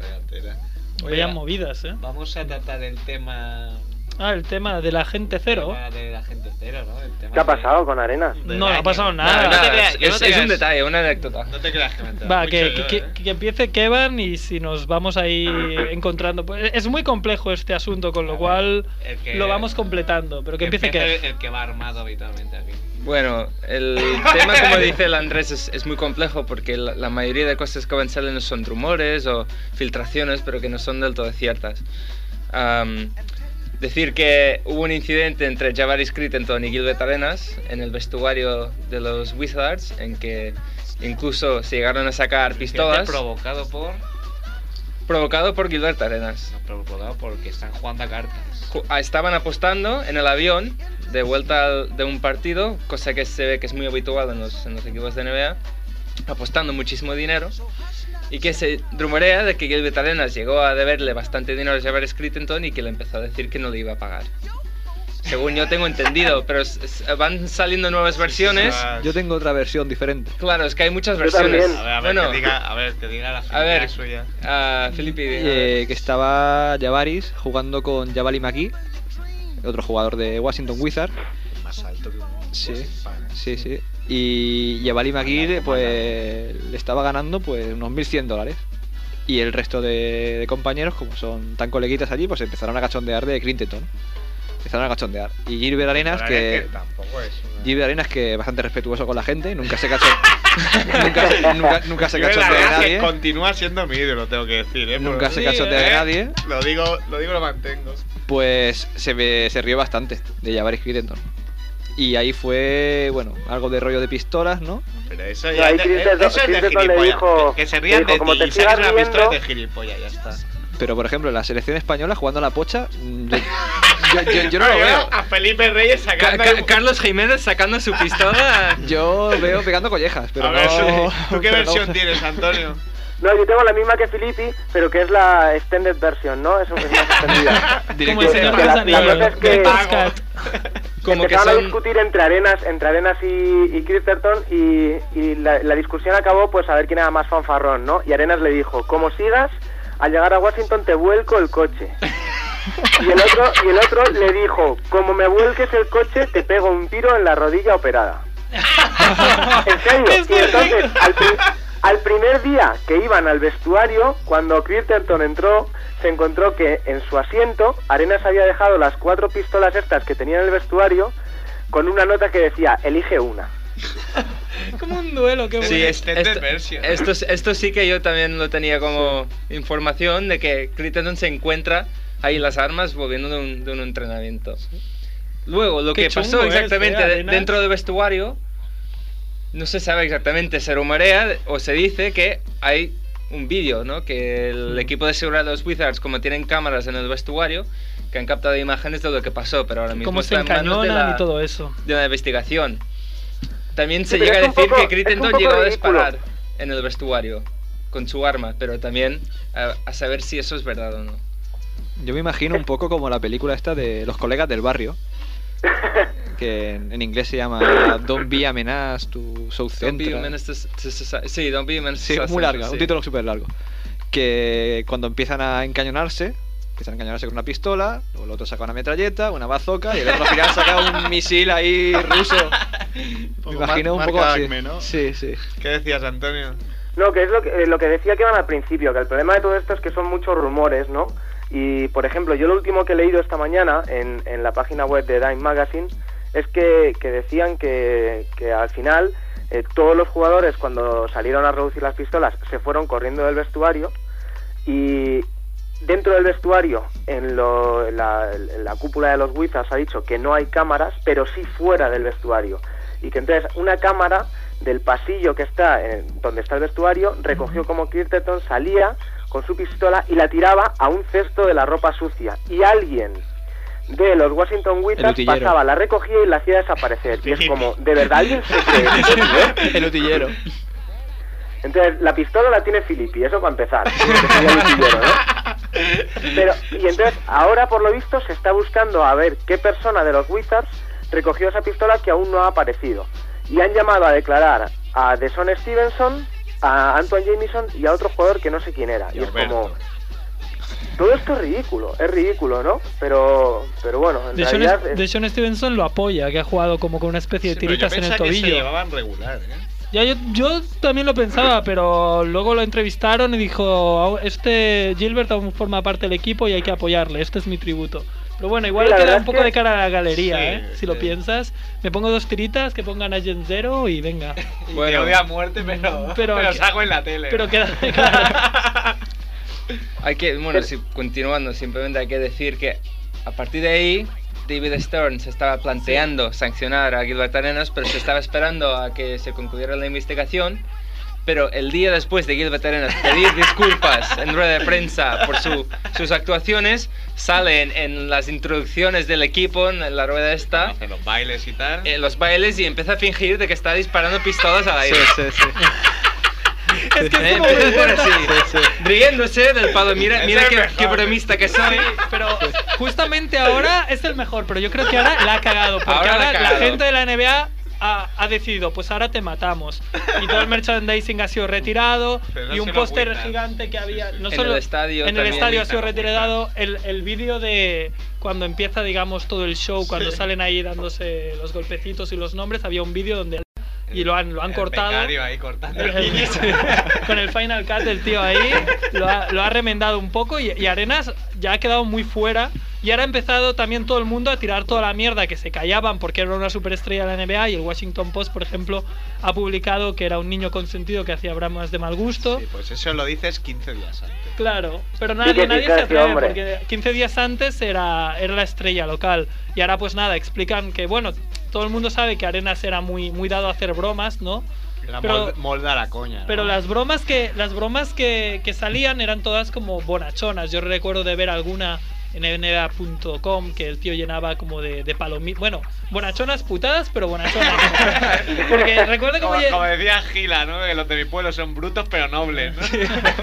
E: Vaya tela.
C: Vaya movidas, ¿eh?
E: Vamos a tratar el tema.
C: Ah, el tema de la gente cero.
E: tema De la gente cero, ¿no? El tema
H: ¿Qué ha
E: de-
H: pasado con Arenas?
C: No, no ha pasado nada.
D: Nada, nada,
E: creas,
D: es,
E: no te
D: es un
E: creas.
D: detalle, una anécdota.
E: No te creas que me he enterado.
C: Va,
E: Mucho
C: que,
E: yo,
C: que-
E: ¿eh?
C: que- que empiece Kevin y si nos vamos ahí encontrando. Pues es muy complejo este asunto, con lo cual
E: El que-
C: lo vamos completando. Pero que empiece
E: empiece
C: Kevin.
E: El que va armado habitualmente aquí.
D: Bueno, el tema, como dice el Andrés, es, es muy complejo porque la, la mayoría de cosas que van saliendo son rumores o filtraciones, pero que no son del todo ciertas. Am, decir que hubo un incidente entre Jabari Scrittenton y Gilbert Arenas en el vestuario de los Wizards, en que incluso se llegaron a sacar pistolas,
E: Siempre provocado por. No,
D: provocado por Gilbert Arenas.
E: provocado porque están jugando a cartas.
D: Ju- ah, estaban apostando en el avión de vuelta al- de un partido, cosa que se ve que es muy habitual en los, en los equipos de NBA, apostando muchísimo dinero. Y que se rumorea de que Gilbert Arenas llegó a deberle bastante dinero a Javier Scrittenton y que le empezó a decir que no le iba a pagar. Según yo tengo entendido, pero es- es- van saliendo nuevas versiones.
E: Ah,
F: Yo tengo otra versión diferente.
D: Claro, es que hay muchas
H: Yo
D: versiones.
H: también.
E: A ver, a ver,
D: bueno,
E: que diga, a ver, que diga la
D: a ver,
E: suya.
D: ah, Felipe,
F: Eh, que estaba Javaris jugando con Javali McGee, otro jugador de Washington Wizard.
E: Más alto que un.
F: Sí.
E: fan.
F: Sí, sí. Y Javali McGee pues, le estaba ganando pues unos 1.100 dólares. Y el resto de, de compañeros, como son tan coleguitas allí, pues empezaron a cachondear de Crinteton. Empezaron a cachondear. Y Gilbert Arenas,
E: La verdad es
F: que...
E: que tampoco es. una-
F: Gilbert Arenas, que es bastante respetuoso con la gente, nunca se cachó. nunca, nunca, nunca se
E: Yo, la
F: cachó de
E: verdad, que
F: nadie.
E: Continúa siendo mi ídolo, tengo que decir, ¿eh?
F: Nunca
E: Porque-
F: se cachondea de
E: ¿eh?
F: nadie.
E: Lo digo, lo digo, lo mantengo.
F: pues se, ve- se rió bastante de Javaris Crittenton. Y ahí fue, bueno, algo de rollo de pistolas, ¿no?
E: Pero eso
H: No,
E: ya
H: ahí
E: te-
H: Clinton-
E: eso es de
H: Clinton le
E: gilipollas.
H: dijo-
E: que se
H: le
E: rían
H: dijo,
E: de
H: "Como
E: ti
H: te
E: y saques
H: sigas
E: una pistola de
H: riendo".
E: gilipollas, ya está.
F: Pero, por ejemplo, en la selección española, jugando a la pocha, mm, yo, yo- yo- yo no lo
E: Yo
F: veo.
E: A Felipe Reyes
D: Ca-
E: sacando.
D: Ca- Carlos Jiménez sacando su pistola.
F: Yo veo pegando collejas, pero
E: a ver,
F: no...
E: ¿tú qué
F: pero no-
E: versión tienes, Antonio?
H: No, yo tengo la misma que Filippi, pero que es la extended version, ¿no? Eso es más extendida.
C: Como
F: Directo-
C: el
H: Que-
C: señor
H: que la-
C: Manzanillo,
H: la cosa es que-
C: del Pascat.
D: Como que
H: Empezaron a
D: son
H: discutir entre Arenas, entre Arenas y, y Cristerton y, y la, la discusión acabó pues a ver quién era más fanfarrón, ¿no? Y Arenas le dijo, como sigas, al llegar a Washington te vuelco el coche. Y el otro, y el otro le dijo, como me vuelques el coche te pego un tiro en la rodilla operada. En serio.
C: Es
H: Y entonces, al, pri- al primer día que iban al vestuario, cuando Cristerton entró, se encontró que en su asiento Arenas había dejado las cuatro pistolas estas que tenía en el vestuario con una nota que decía, elige una.
C: Como un duelo, qué bueno.
D: Sí, es-
E: Extended
D: esto,
E: version.
D: esto, es- esto sí que yo también lo tenía como información de que Crittenden se encuentra ahí las armas volviendo de un, de un entrenamiento. Luego, lo
C: Qué
D: que pasó
C: chungo es,
D: exactamente
C: eh,
D: de-
C: Arenas.
D: dentro del vestuario, no se sabe exactamente, se rumorea o se dice que hay un vídeo, ¿no? Que
C: Mm.
D: el equipo de seguridad de los Wizards, como tienen cámaras en el vestuario, que han captado imágenes de lo que pasó, pero ahora mismo
C: Cómo se
D: está en manos de
C: encañonan
D: la-
C: y todo eso.
D: de la investigación. También se
H: Sí, pero
D: llega a
H: es un
D: decir
H: poco-
D: que
H: es
D: Crittenden
H: un poco
D: llegó a
H: ridículo.
D: disparar en el vestuario con su arma, pero también a, a saber si eso es verdad o no.
F: Yo me imagino un poco como la película esta de los colegas del barrio. Que en, en inglés se llama Don't be a menace to South
D: Don't be a
F: Central.
D: menace to s- to society. Sí, don't be a menace
F: Sí,
D: to
F: muy
D: society,
F: larga,
D: sí.
F: un título súper largo. Que cuando empiezan a encañonarse, empiezan a encañonarse con una pistola, luego el otro saca una metralleta, una bazooka y el otro al final saca un misil ahí ruso. Me
E: poco
F: imagino un
E: mar-
F: poco
E: marca
F: así.
E: Acme, ¿no?
F: Sí, sí.
E: ¿Qué decías, Antonio?
H: No, que es lo que, eh, lo que decía que van al principio, que el problema de todo esto es que son muchos rumores, ¿no? Y, por ejemplo, yo lo último que he leído esta mañana en, en la página web de Dime Magazine es que, que decían que, que al final eh, todos los jugadores cuando salieron a reducir las pistolas se fueron corriendo del vestuario y dentro del vestuario, en, lo- en la, en la cúpula de los Wizards ha dicho que no hay cámaras, pero sí fuera del vestuario. Y que entonces una cámara del pasillo que está eh, donde está el vestuario recogió como Kirteton salía con su pistola y la tiraba a un cesto de la ropa sucia. Y alguien de los Washington Wizards
F: utillero.
H: pasaba, la recogía y la hacía desaparecer. Y es como, ¿de verdad alguien se cree esto, tío?
F: El utillero.
H: Entonces, la pistola la tiene Filippi, eso para empezar. que sería el utillero, ¿no? Pero, y entonces, ahora por lo visto se está buscando a ver qué persona de los Wizards recogió esa pistola que aún no ha aparecido. Y han llamado a declarar a Deson Stevenson, a Antoine Jameson y a otro jugador que no sé quién era. Y,
E: Y
H: es
E: Alberto.
H: como. Todo esto es ridículo, es ridículo, ¿no? Pero, pero bueno, en
C: De Sean,
H: realidad. es-
C: de Sean Stevenson lo apoya, que ha jugado como con una especie de
E: Sí, pero yo
C: tiritas en el
E: pensaba que se
C: tobillo.
E: llevaban regular, ¿eh?
C: Ya, yo, yo también lo pensaba, pero luego lo entrevistaron y dijo, este Gilbert aún forma parte del equipo y hay que apoyarle, este es mi tributo. Pero bueno, igual
H: Sí, la
C: queda
H: verdad
C: un
H: es
C: poco
H: que-
C: de cara a la galería,
E: Sí,
C: ¿eh? Si lo
E: sí.
C: piensas, me pongo dos tiritas que pongan a Gen Zero y venga.
E: Y te
D: Bueno.
E: odia a muerte, pero,
C: Pero
E: pero,
C: que-
E: salgo en la tele.
C: Pero queda claro.
D: Hay que, bueno, si, continuando, simplemente hay que decir que a partir de ahí David Stern se estaba planteando sancionar a Gilbert Arenas, pero se estaba esperando a que se concluyera la investigación. Pero el día después de Gilbert Arenas pedir disculpas en rueda de prensa por su- sus actuaciones, salen en las introducciones del equipo, en la rueda esta,
E: Hace los bailes y tal.
D: eh, los bailes y empieza a fingir de que está disparando pistolas al
F: Sí,
D: aire.
F: sí, sí.
C: es que
D: Eh,
C: es como
D: empieza a
C: muy
D: hacer
C: bueno.
D: así, riéndose del palo. Mira,
E: Es
D: mira
E: el
D: qué,
E: mejor.
D: qué bromista que soy.
C: Pero justamente ahora es el mejor, pero yo creo que ahora la ha cagado, porque ahora,
D: Ahora la ha
C: la
D: cagado.
C: gente de la NBA ha, ha decidido, pues ahora te matamos. Y todo el merchandising ha sido retirado,
E: Pero no
C: y un
E: se lo
C: póster
E: agüitan.
C: gigante que había... No
D: En
C: solo,
D: el estadio
C: En el
D: también.
C: estadio ha sido
E: Agüitan,
C: retirado el, el vídeo de cuando empieza, digamos, todo el show, cuando salen ahí dándose los golpecitos y los nombres, había un vídeo donde... Y lo han, lo han
E: El
C: cortado.
E: becario ahí cortando el
C: El-
E: guiño.
C: con el Final Cut del tío ahí, lo ha, lo ha remendado un poco y, y Arenas ya ha quedado muy fuera. Y ahora ha empezado también todo el mundo a tirar toda la mierda que se callaban porque era una superestrella de la NBA y el Washington Post, por ejemplo, ha publicado que era un niño consentido que hacía bromas de mal gusto.
E: Sí, pues eso lo dices 15 días antes.
C: Claro, pero
H: Sí,
C: nadie,
H: que
C: nadie se
H: quizás,
C: atreve
H: hombre.
C: porque 15 días antes era, era la estrella local y ahora pues nada, explican que bueno, todo el mundo sabe que Arenas era muy, muy dado a hacer bromas, ¿no?
E: La
C: Pero-
E: mol- molda la coña. ¿no?
C: Pero las bromas que las bromas que, que salían eran todas como bonachonas. Yo recuerdo de ver alguna en NBA.com que el tío llenaba como de, de palomitas. Bueno, bonachonas putadas, pero bonachonas. Porque recuerdo como...
E: como,
C: lle-
E: como decía Gila, ¿no? Que los de mi pueblo son brutos pero nobles, ¿no?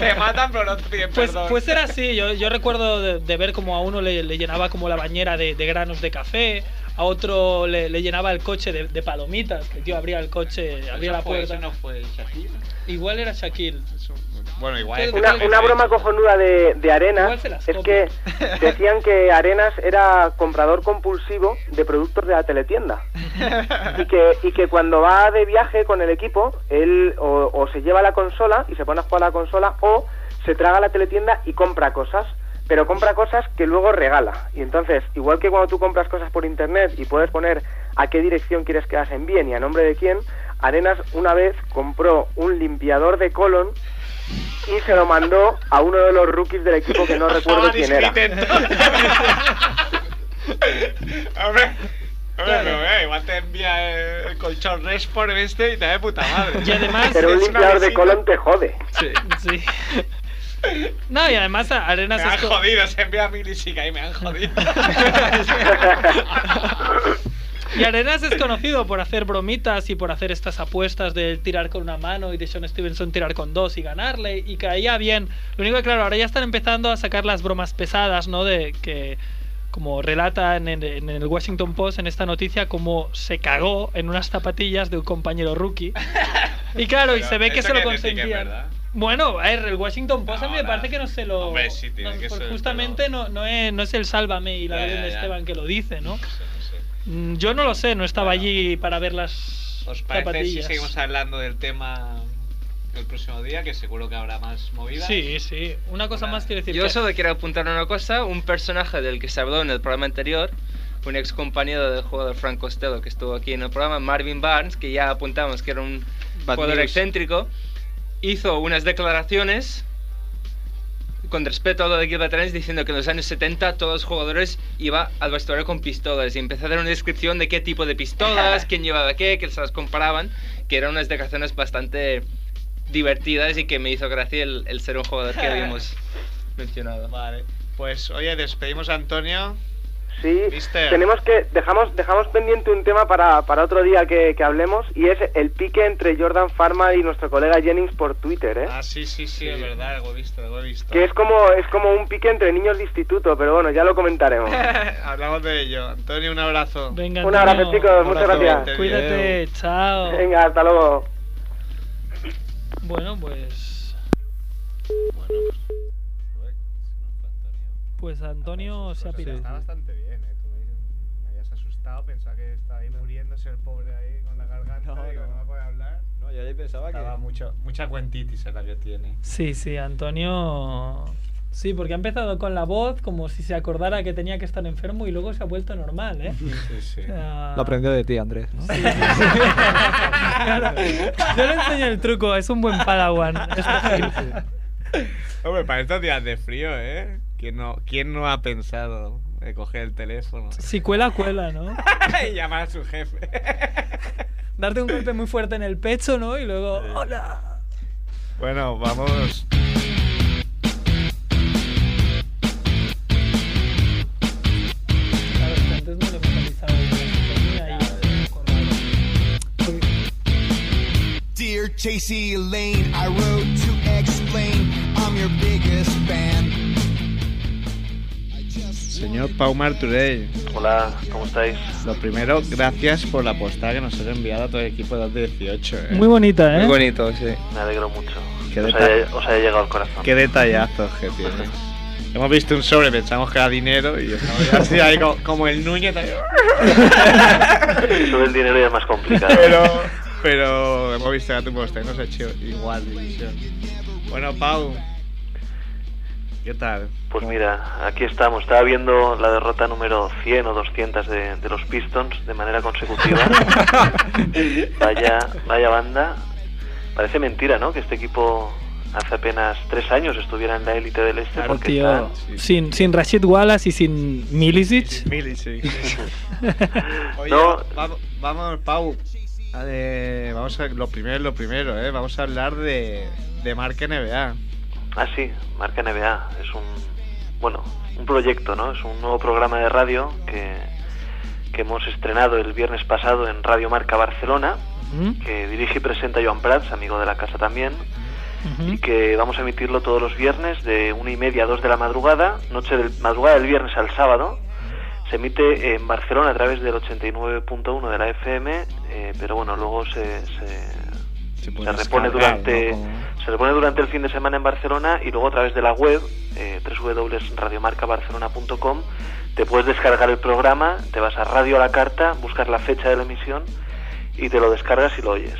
E: Te matan pero no te piden
C: Pues,
E: perdón.
C: pues era así, yo, yo recuerdo de, de ver como a uno le, le llenaba como la bañera de, de granos de café, a otro le, le llenaba el coche de, de palomitas, que el tío abría el coche, abría la puerta.
E: Pues fue Shakira.
C: Igual era Shaquille.
E: Bueno, igual.
C: Pero
E: es que
H: Una,
E: también
H: una
E: se
H: broma
E: hizo.
H: cojonuda de, de
C: Igual
H: Arenas
C: se las
H: es
C: copia.
H: que decían que Arenas era comprador compulsivo de productos de la teletienda. Y que, y que cuando va de viaje con el equipo, él o, o se lleva la consola y se pone a jugar a la consola o se traga la teletienda y compra cosas. pero compra cosas que luego regala. Y entonces, igual que cuando tú compras cosas por internet y puedes poner a qué dirección quieres que las envíen y a nombre de quién, Arenas una vez compró un limpiador de colon y se lo mandó a uno de los rookies del equipo que no recuerdo quién era.
E: Hombre, hombre, pero eh, igual te envía el, el colchón Resport este y te da de puta madre.
C: Y además-
H: Pero un
E: Es una
H: limpiador de
E: visita.
H: colon te jode.
C: Sí. No, y además a-
E: Me
C: Arenas
E: han
C: es co-
E: jodido, se envía a mi lisica y me han jodido.
C: Y Arenas es conocido por hacer bromitas y por hacer estas apuestas de tirar con una mano y de Sean Stevenson tirar con dos y ganarle y caía bien. Lo único que claro, ahora ya están empezando a sacar las bromas pesadas, ¿no? De que como relata en el, en el Washington Post en esta noticia cómo se cagó en unas zapatillas de un compañero rookie. Y claro, y
E: Pero
C: se ve que
E: eso
C: se lo
E: quiere decir que es
C: consentía.
E: verdad.
C: Bueno, a ver, el Washington Post a mí me
E: No,
C: parece
E: no.
C: que no se lo...
E: Hombre, sí, tiene
C: no,
E: que
C: porque
E: ser,
C: justamente
E: pero-
C: no, no, es, no es el Sálvame y la
E: Ya,
C: Virgen
E: ya,
C: de
E: ya.
C: Esteban que lo dice, ¿no? Mm, Yo no lo sé, no estaba
E: Bueno.
C: allí para ver las
E: ¿Os parece si
C: zapatillas.
E: seguimos hablando del tema el próximo día? Que seguro que habrá más movidas.
C: sí, sí. Una cosa
E: Una-
C: más quiero decir.
D: Yo
C: que-
D: solo quiero apuntar una cosa, un personaje del que se habló en el programa anterior, un ex compañero del jugador Frank Costello que estuvo aquí en el programa, Marvin Barnes, que ya apuntamos que era un
F: Bad
D: jugador
F: news.
D: excéntrico, hizo unas declaraciones con respecto a lo de Gilbert Arenas diciendo que en los años 70 todos los jugadores iba al vestuario con pistolas y empezó a dar una descripción de qué tipo de pistolas, quién llevaba qué, que se las comparaban, que eran unas declaraciones bastante divertidas y que me hizo gracia el, el ser un jugador que habíamos mencionado.
E: Vale. Pues oye, despedimos a Antonio.
H: Sí,
E: Mister.
H: tenemos que dejamos dejamos pendiente un tema para, para otro día que, que hablemos y es el pique entre Jordan Farmer y nuestro colega Jennings por Twitter, ¿eh?
E: Ah, sí, sí, sí, es verdad, algo he visto, algo he visto.
H: Que es como es como un pique entre niños de instituto, pero bueno, ya lo comentaremos.
E: Hablamos de ello. Antonio, un abrazo.
C: Venga,
H: Un abrazo,
C: Antonio,
H: chicos, muchas
E: abrazo,
H: gracias.
C: Cuídate, chao.
H: Venga, hasta luego.
C: Bueno, pues. Pues Antonio se ha pirado.
I: Está bastante bien, ¿eh? Tú me, me habías asustado, pensaba que estaba ahí muriéndose el pobre ahí con la garganta, No, no, digo, no. no, va a poder hablar.
E: No, yo pensaba
I: Estaba mucho, mucha cuentitis en la que tiene.
C: Sí, sí, Antonio. Sí, porque ha empezado con la voz como si se acordara que tenía que estar enfermo y luego se ha vuelto normal, ¿eh?
I: Sí, sí.
C: O sea,
F: Lo aprendió de ti, Andrés. ¿no?
C: Claro. Yo le enseño el truco, es un buen padawan. Es fácil.
E: Hombre, para estos días de frío, ¿eh? ¿Quién no, quién no ha pensado en coger el teléfono
C: Si cuela, cuela, ¿no?
E: y llamar a su jefe?
C: Darte un golpe muy fuerte en el pecho, ¿no? Y luego, hola.
B: Bueno, vamos.
C: Claro, es que antes no lo hemos avisado. y tenía ahí colgado.
G: Dear JC Lane, I wrote to explain I'm your biggest fan. I just
B: Señor Pau Marturell,
J: Hola, ¿cómo estáis?
B: lo primero, gracias por la postada que nos has enviado a todo el equipo de 218. ¿eh?
C: Muy bonita, ¿eh?
D: Muy bonito, sí.
J: Me alegro mucho.
B: Qué
J: Os
B: detalle.
J: haya, os haya llegado al corazón.
B: Qué detallazos que tienes. Hemos visto un sobre, pensamos que era dinero y estamos ya así ahí como, como el Núñez. ahí.
J: Eso del dinero ya es más complicado.
B: Pero, pero hemos visto ya tu posta y nos ha hecho igual de ilusión. Bueno, Pau, ¿qué tal?
J: Pues mira, aquí estamos. Estaba viendo la derrota número 100 o 200 de, de los Pistons de manera consecutiva. vaya, vaya banda. Parece mentira, ¿no? Que este equipo hace apenas tres años estuviera en la élite del este
B: Claro,
J: porque
C: Tío,
J: están-
C: sin, sin Rashid Wallace y sin Milicic.
B: Milicic. Oye,
J: No.
B: vamos, vamos, Pau. A de- vamos a lo primero, lo primero, ¿eh? Vamos a hablar de, de marca NBA.
J: Ah, sí, Marca NBA. Es un, bueno, un proyecto, ¿no? Es un nuevo programa de radio que, que hemos estrenado el viernes pasado en Radio Marca Barcelona,
C: Ujú,
J: que dirige y presenta Joan Prats, amigo de la casa también, y
C: ujú.
J: que vamos a emitirlo todos los viernes de una y media a dos de la madrugada, noche del madrugada del viernes al sábado. Se emite en Barcelona a través del 89.1 de la FM, eh, pero bueno, luego se- se,
B: puede
J: se repone
B: descargar,
J: durante
B: ¿no? Como-
J: se repone durante el fin de semana en Barcelona y luego a través de la web eh, www.radiomarcabarcelona.com te puedes descargar el programa, te vas a Radio a la Carta, buscas la fecha de la emisión y te lo descargas y lo oyes.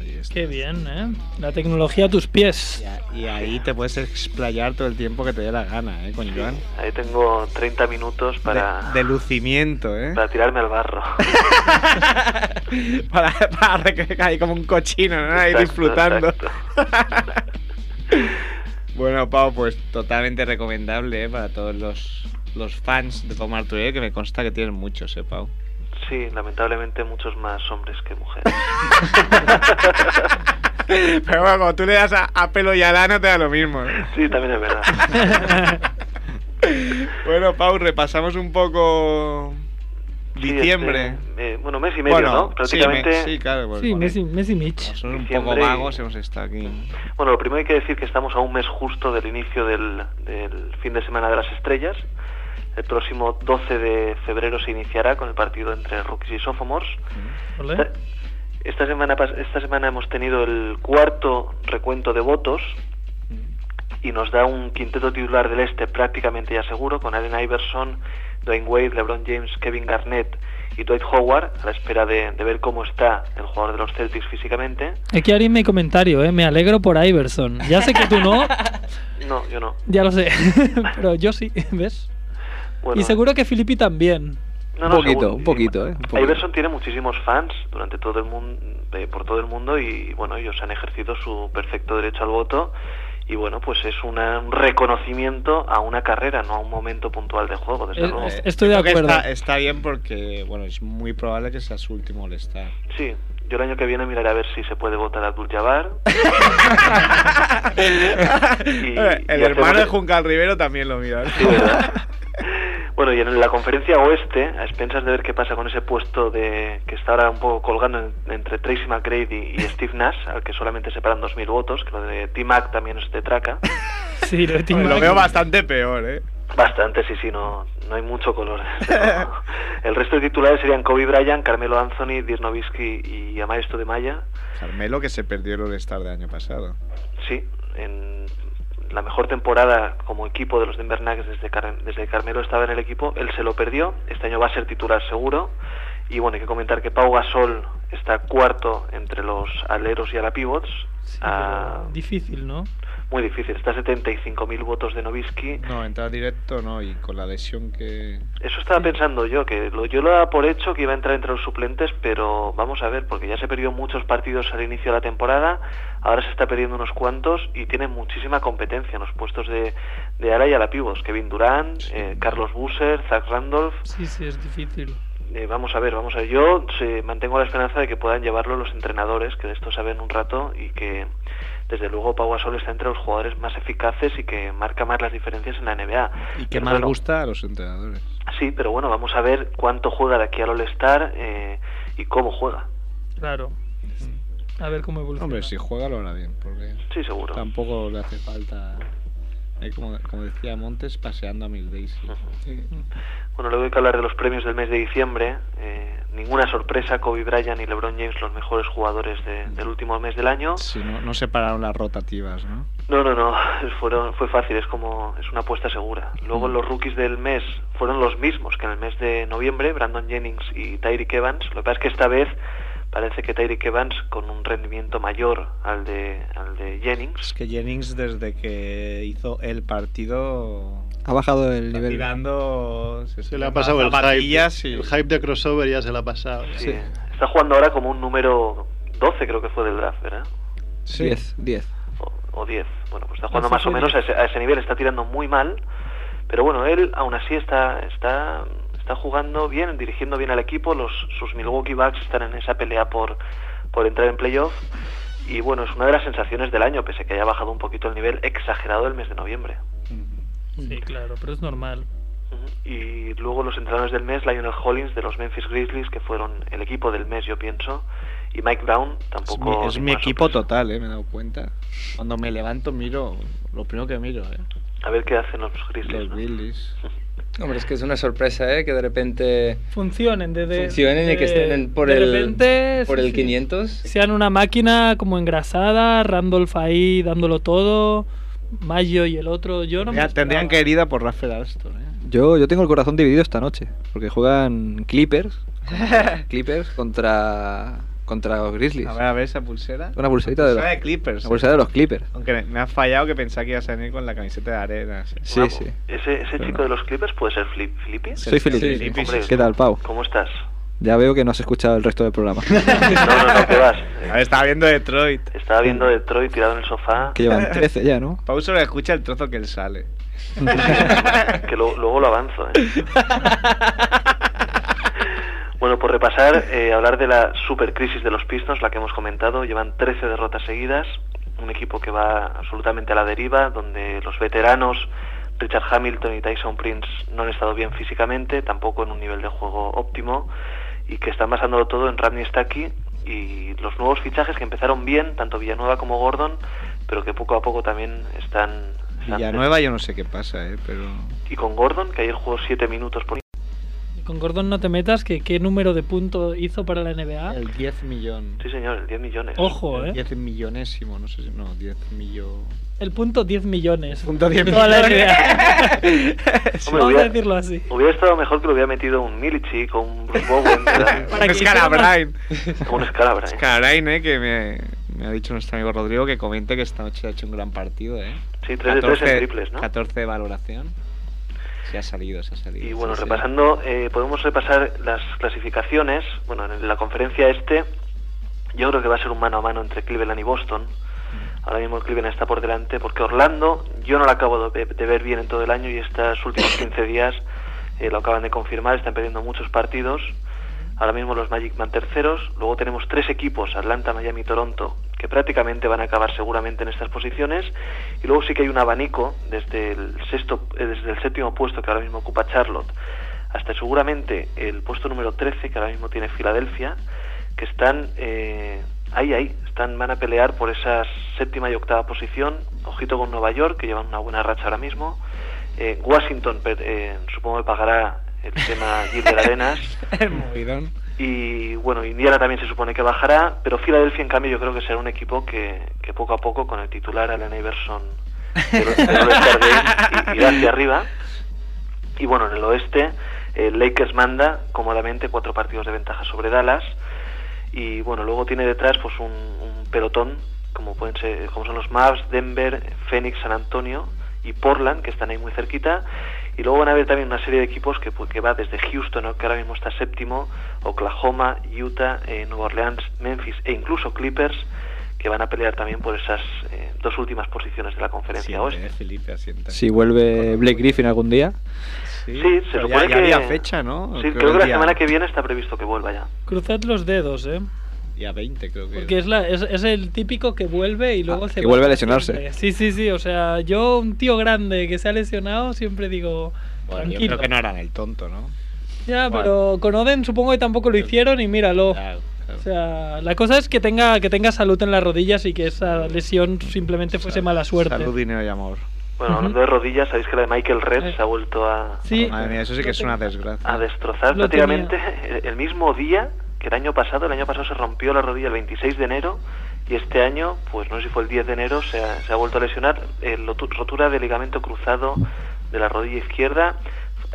B: Ahí está.
C: Qué bien, ¿eh? La tecnología a tus pies.
B: Y ahí te puedes explayar todo el tiempo que te dé la gana, ¿eh, con Joan?
J: Ahí tengo 30 minutos para,
B: De lucimiento, ¿eh?
J: para tirarme al barro.
B: Para, para que ahí como un cochino, ¿no? Ahí
J: Exacto,
B: disfrutando.
J: exacto.
B: Bueno, Pau, pues totalmente recomendable ¿eh? para todos los, los fans de Pau Martorell, que me consta que tienen muchos, ¿eh, Pau?
J: Sí, lamentablemente muchos más hombres que mujeres.
B: Pero bueno, cuando tú le das a, a pelo y alano te da lo mismo. ¿eh?
J: Sí, también es verdad.
B: Bueno, Pau, repasamos un poco
J: Sí,
B: diciembre.
J: este, eh, bueno, mes y medio, ¿no?
B: sí, me-
J: Prácticamente.
B: sí, claro. porque
C: Sí,
B: cuando-
C: Messi, Messi Mitch.
B: Somos un
J: Diciembre
B: poco
J: y-
B: vagos, hemos estado aquí.
J: Bueno, lo primero hay que decir que estamos a un mes justo del inicio del, del fin de semana de las estrellas. El próximo 12 de febrero se iniciará con el partido entre rookies y sophomores.
C: ¿vale?
J: Esta, esta semana, pas- esta semana hemos tenido el cuarto recuento de votos y nos da un quinteto titular del este prácticamente ya seguro, con Allen Iverson, Dwayne Wade, LeBron James, Kevin Garnett y Dwight Howard, a la espera de, de ver cómo está el jugador de los Celtics físicamente.
C: Hay que abrir mi comentario, ¿eh? Me alegro por Iverson. Ya sé que tú no,
J: No, yo no.
C: ya lo sé. Pero yo sí, ¿ves?
J: Bueno,
C: Y seguro que Filippi también.
J: no,
F: Un
J: no,
F: poquito,
J: seguro.
F: un poquito, ¿eh? Un poquito.
J: Iverson tiene muchísimos fans durante todo el mundo, por todo el mundo y bueno, ellos han ejercido su perfecto derecho al voto y bueno, pues es una- un reconocimiento a una carrera, no a un momento puntual de juego, desde
C: Eh,
J: luego.
C: eh, Estoy de
B: Creo que
C: acuerdo.
B: Está, está bien porque, bueno, es muy probable que sea su último molestar.
J: Sí, yo el año que viene miraré a ver si se puede votar a Abdul Jabbar. y
B: Eh, el
J: hacemos
B: hermano de
J: el-
B: Juncal Rivero también lo mira.
J: Sí, ¿verdad? bueno, y en la conferencia oeste, a expensas de ver qué pasa con ese puesto de que está ahora un poco colgando en- entre Tracy McGrady y Steve Nash, al que solamente separan 2.000 votos, que lo de T-Mac también es de traca.
C: Sí, lo,
B: Hombre, Pues lo veo bastante peor, ¿eh?
J: Bastante, sí, sí, no, no hay mucho color. No. El resto de titulares serían Kobe Bryant, Carmelo Anthony, Dirk Nowitzki y Amar Stoudemire.
B: Carmelo que se perdió el All-Star del año pasado.
J: Sí, en la mejor temporada como equipo de los Denver Nuggets desde, Car- desde que Carmelo estaba en el equipo, él se lo perdió, este año va a ser titular seguro. Y bueno, hay que comentar que Pau Gasol está cuarto entre los aleros y ala pivots.
C: Sí,
J: Ah,
C: pero Difícil, ¿no?
J: muy difícil, está a 75.000 votos de Novisky.
B: No, entrar directo no, y con la lesión que...
J: Eso
B: Mm.
J: estaba pensando yo, que lo, yo lo daba por hecho que iba a entrar entre los suplentes, pero vamos a ver, porque ya se perdió muchos partidos al inicio de la temporada, ahora se está perdiendo unos cuantos y tiene muchísima competencia en los puestos de, de ala y ala pivos. Kevin Durant, eh, Carlos Busser, Zach Randolph.
C: Sí, sí, es difícil.
J: eh, vamos a ver, vamos a ver. Yo sí, mantengo la esperanza de que puedan llevarlo los entrenadores, que de esto saben un rato y que desde luego Pau Gasol está entre los jugadores más eficaces y que marca más las diferencias en la NBA.
B: Y que
J: Pero
B: más
J: bueno,
B: gusta a los entrenadores.
J: Sí, pero bueno, vamos a ver cuánto juega de aquí al All-Star eh, y cómo juega.
C: Claro. A ver cómo evoluciona.
B: Hombre, si juega lo hará bien, porque
J: Sí, seguro.
B: tampoco le hace falta... Ahí como, como decía Montes, paseando a Mil Daisy.
J: Bueno, luego hay que hablar de los premios del mes de diciembre. Eh, ninguna sorpresa, Kobe Bryant y LeBron James, los mejores jugadores de- del último mes del año.
B: Si no, no separaron las rotativas, ¿no?
J: No, no, no, fueron, fue fácil, es como, es una apuesta segura. Luego los rookies del mes fueron los mismos que en el mes de noviembre, Brandon Jennings y Tyreek Evans. Lo que pasa es que esta vez parece que Tyreek Evans con un rendimiento mayor al de, al de Jennings.
B: Es que Jennings desde que hizo el partido...
F: Ha bajado el
B: Está
F: nivel.
B: tirando... Se,
K: Se le ha pasado el hype.
B: zapatillas y-
K: El hype de crossover ya se le ha pasado.
J: Sí. Está jugando ahora como un número 12, creo que fue del draft, ¿verdad?
F: 10, 10.
J: O, o 10. Bueno, pues está jugando
C: Once
J: más o
C: fue
J: menos a
C: diez.
J: ese, a ese nivel, está tirando muy mal. Pero bueno, él aún así está, está, está jugando bien, dirigiendo bien al equipo. Los, sus Milwaukee Bucks están en esa pelea por, por entrar en playoff. Y bueno, es una de las sensaciones del año, pese a que haya bajado un poquito el nivel exagerado el mes de noviembre.
C: Sí, claro, pero es normal.
J: Ujú. Y luego los entrenadores del mes, Lionel Hollins de los Memphis Grizzlies, que fueron el equipo del mes, yo pienso, y Mike Brown,
B: Es
J: tampoco.
B: mi, es mi
J: ninguna
B: equipo
J: sorpresa.
B: total, ¿eh? Me he dado cuenta. Cuando me levanto miro, lo primero que miro, ¿eh?
J: A ver qué hacen los Grizzlies.
B: Los
J: ¿no?
B: Billies.
D: Hombre, es que es una sorpresa, ¿eh? Que de repente
C: Funcionen desde.
D: funcionen y que estén en- por
C: de
D: el,
C: repente,
D: por
C: sí,
D: el
C: sí.
D: 500.
C: Sean una máquina como engrasada, Randolph ahí dándolo todo, Mayo y el otro. Yo no me
B: Ya,
C: lo
B: tendrían
C: esperaba.
B: querida por Rafael Alston, ¿eh?
F: Yo, yo tengo el corazón dividido esta noche, porque juegan Clippers. Clippers contra contra los Grizzlies.
B: A ver, a ver esa pulsera.
F: Una pulserita de los,
B: Pulsera Clippers. ¿eh?
F: una pulsera de los Clippers.
B: Aunque me ha fallado que pensaba que ibas a venir con la camiseta de ¿eh? arenas.
F: Sí,
B: Guapo.
F: sí.
J: Ah, ¿Ese, ese chico de los Clippers puede ser Flip, Flippy?
F: Soy Felipe.
J: Hombre,
F: ¿Qué tal, Pau?
J: ¿Cómo estás?
F: Ya veo que no has escuchado el resto del programa.
J: No, no, no, ¿qué vas?
B: Estaba viendo Detroit.
J: Estaba viendo Detroit tirado en el sofá.
F: que llevan 13 ya, ¿no?
B: Pau solo escucha el trozo que él sale.
J: que lo- luego lo avanzo. ¿eh? bueno, por repasar, eh, hablar de la supercrisis de los Pistons, la que hemos comentado. Llevan 13 derrotas seguidas, un equipo que va absolutamente a la deriva, donde los veteranos Richard Hamilton y Tyson Prince no han estado bien físicamente, tampoco en un nivel de juego óptimo, y que están basándolo todo en Rodney Stuckey y los nuevos fichajes que empezaron bien, tanto Villanueva como Gordon, pero que poco a poco también están
B: Villanueva yo no sé qué pasa, eh, pero...
J: y con Gordon, que ayer jugó 7 minutos por
C: Con Gordon no te metas, que qué número de punto hizo para la NBA.
B: El 10 millón.
J: Sí, señor, el 10 millones.
C: Ojo, eh.
B: 10 millonésimo, no sé si... No, 10 millón...
C: El punto 10 millones.
B: Punto 10
C: Toda la
B: millones.
C: NBA.
J: Hombre,
C: Vamos a
J: hubiera,
C: decirlo así.
J: hubiera estado mejor que lo hubiera metido un Milici con un Bruce Bowen, ¿verdad?
C: Para que hiciera más-
B: Scalabrine.
J: un Scalabra. ¿eh?
B: Scalabrine, eh, que me, me ha dicho nuestro amigo Rodrigo que comente que esta noche ha hecho un gran partido, eh.
J: Sí, 3 de 3 en triples, ¿no?
B: 14 de valoración. Se ha salido, se ha salido.
J: Y bueno,
B: Sí, sí.
J: repasando, eh, podemos repasar las clasificaciones. Bueno, en la conferencia este, yo creo que va a ser un mano a mano entre Cleveland y Boston. Ahora mismo Cleveland está por delante, porque Orlando, yo no lo acabo de, de ver bien en todo el año y estos últimos 15 días eh, lo acaban de confirmar, están perdiendo muchos partidos. Ahora mismo los Magic van terceros. Luego tenemos tres equipos, Atlanta, Miami y Toronto, que prácticamente van a acabar seguramente en estas posiciones. Y luego sí que hay un abanico desde el, sexto, eh, desde el séptimo puesto que ahora mismo ocupa Charlotte hasta seguramente el puesto número 13 que ahora mismo tiene Filadelfia, que están eh, ahí, ahí, están, van a pelear por esa séptima y octava posición. Ojito con Nueva York, que llevan una buena racha ahora mismo. Eh, Washington, per- eh, supongo que pagará el tema Gilbert Arenas.
B: El movidón.
J: Y bueno, Indiana también se supone que bajará, pero Filadelfia en cambio yo creo que será un equipo que, que poco a poco con el titular Allen Iverson de los- de los All-Star Game, i- irá hacia arriba. Y bueno, en el oeste, eh, Lakers manda cómodamente cuatro partidos de ventaja sobre Dallas. Y bueno, luego tiene detrás pues un, un pelotón, como pueden ser, como son los Mavs, Denver, Phoenix, San Antonio y Portland, que están ahí muy cerquita. Y luego van a haber también una serie de equipos que, pues, que va desde Houston, ¿no? que ahora mismo está séptimo, Oklahoma, Utah, eh, Nueva Orleans, Memphis e incluso Clippers, que van a pelear también por esas eh, dos últimas posiciones de la conferencia oeste.
B: Siente, eh, Felipe, asienta.
F: Si vuelve Blake Griffin algún día.
J: Sí, se
B: pero
J: supone
B: ya-
J: que...
B: ya había fecha, ¿no?
J: Sí,
B: Creo
J: creo,
B: el
J: que la
B: día-
J: semana que viene está previsto que vuelva ya.
C: Cruzad los dedos, eh.
B: Ya 20 creo que...
C: Porque es, la, es, es el típico que vuelve y
B: Ah,
C: luego se
F: que vuelve
C: va
F: a lesionarse.
C: siempre. Sí, sí, sí. O sea, yo, un tío grande que se ha lesionado, siempre digo.
B: Bueno, yo
C: tranquilo.
B: creo que no harán el tonto, ¿no?
C: Ya,
B: Bueno.
C: pero con Oden supongo que tampoco lo hicieron y míralo.
B: Claro, claro.
C: O sea, la cosa es que tenga, que tenga salud en las rodillas y que esa lesión simplemente fuese mala suerte.
B: Salud, dinero y amor.
J: Bueno, hablando de rodillas, sabéis que la de Michael
C: Eh.
J: Red se ha vuelto a,
C: Sí,
B: Madre mía, eso sí que es una desgracia.
J: a destrozar
C: Lo
J: prácticamente el, el mismo día que el año pasado. El año pasado se rompió la rodilla el 26 de enero y este año, pues no sé si fue el 10 de enero, se ha, se ha vuelto a lesionar. eh, lotu- rotura de ligamento cruzado de la rodilla izquierda.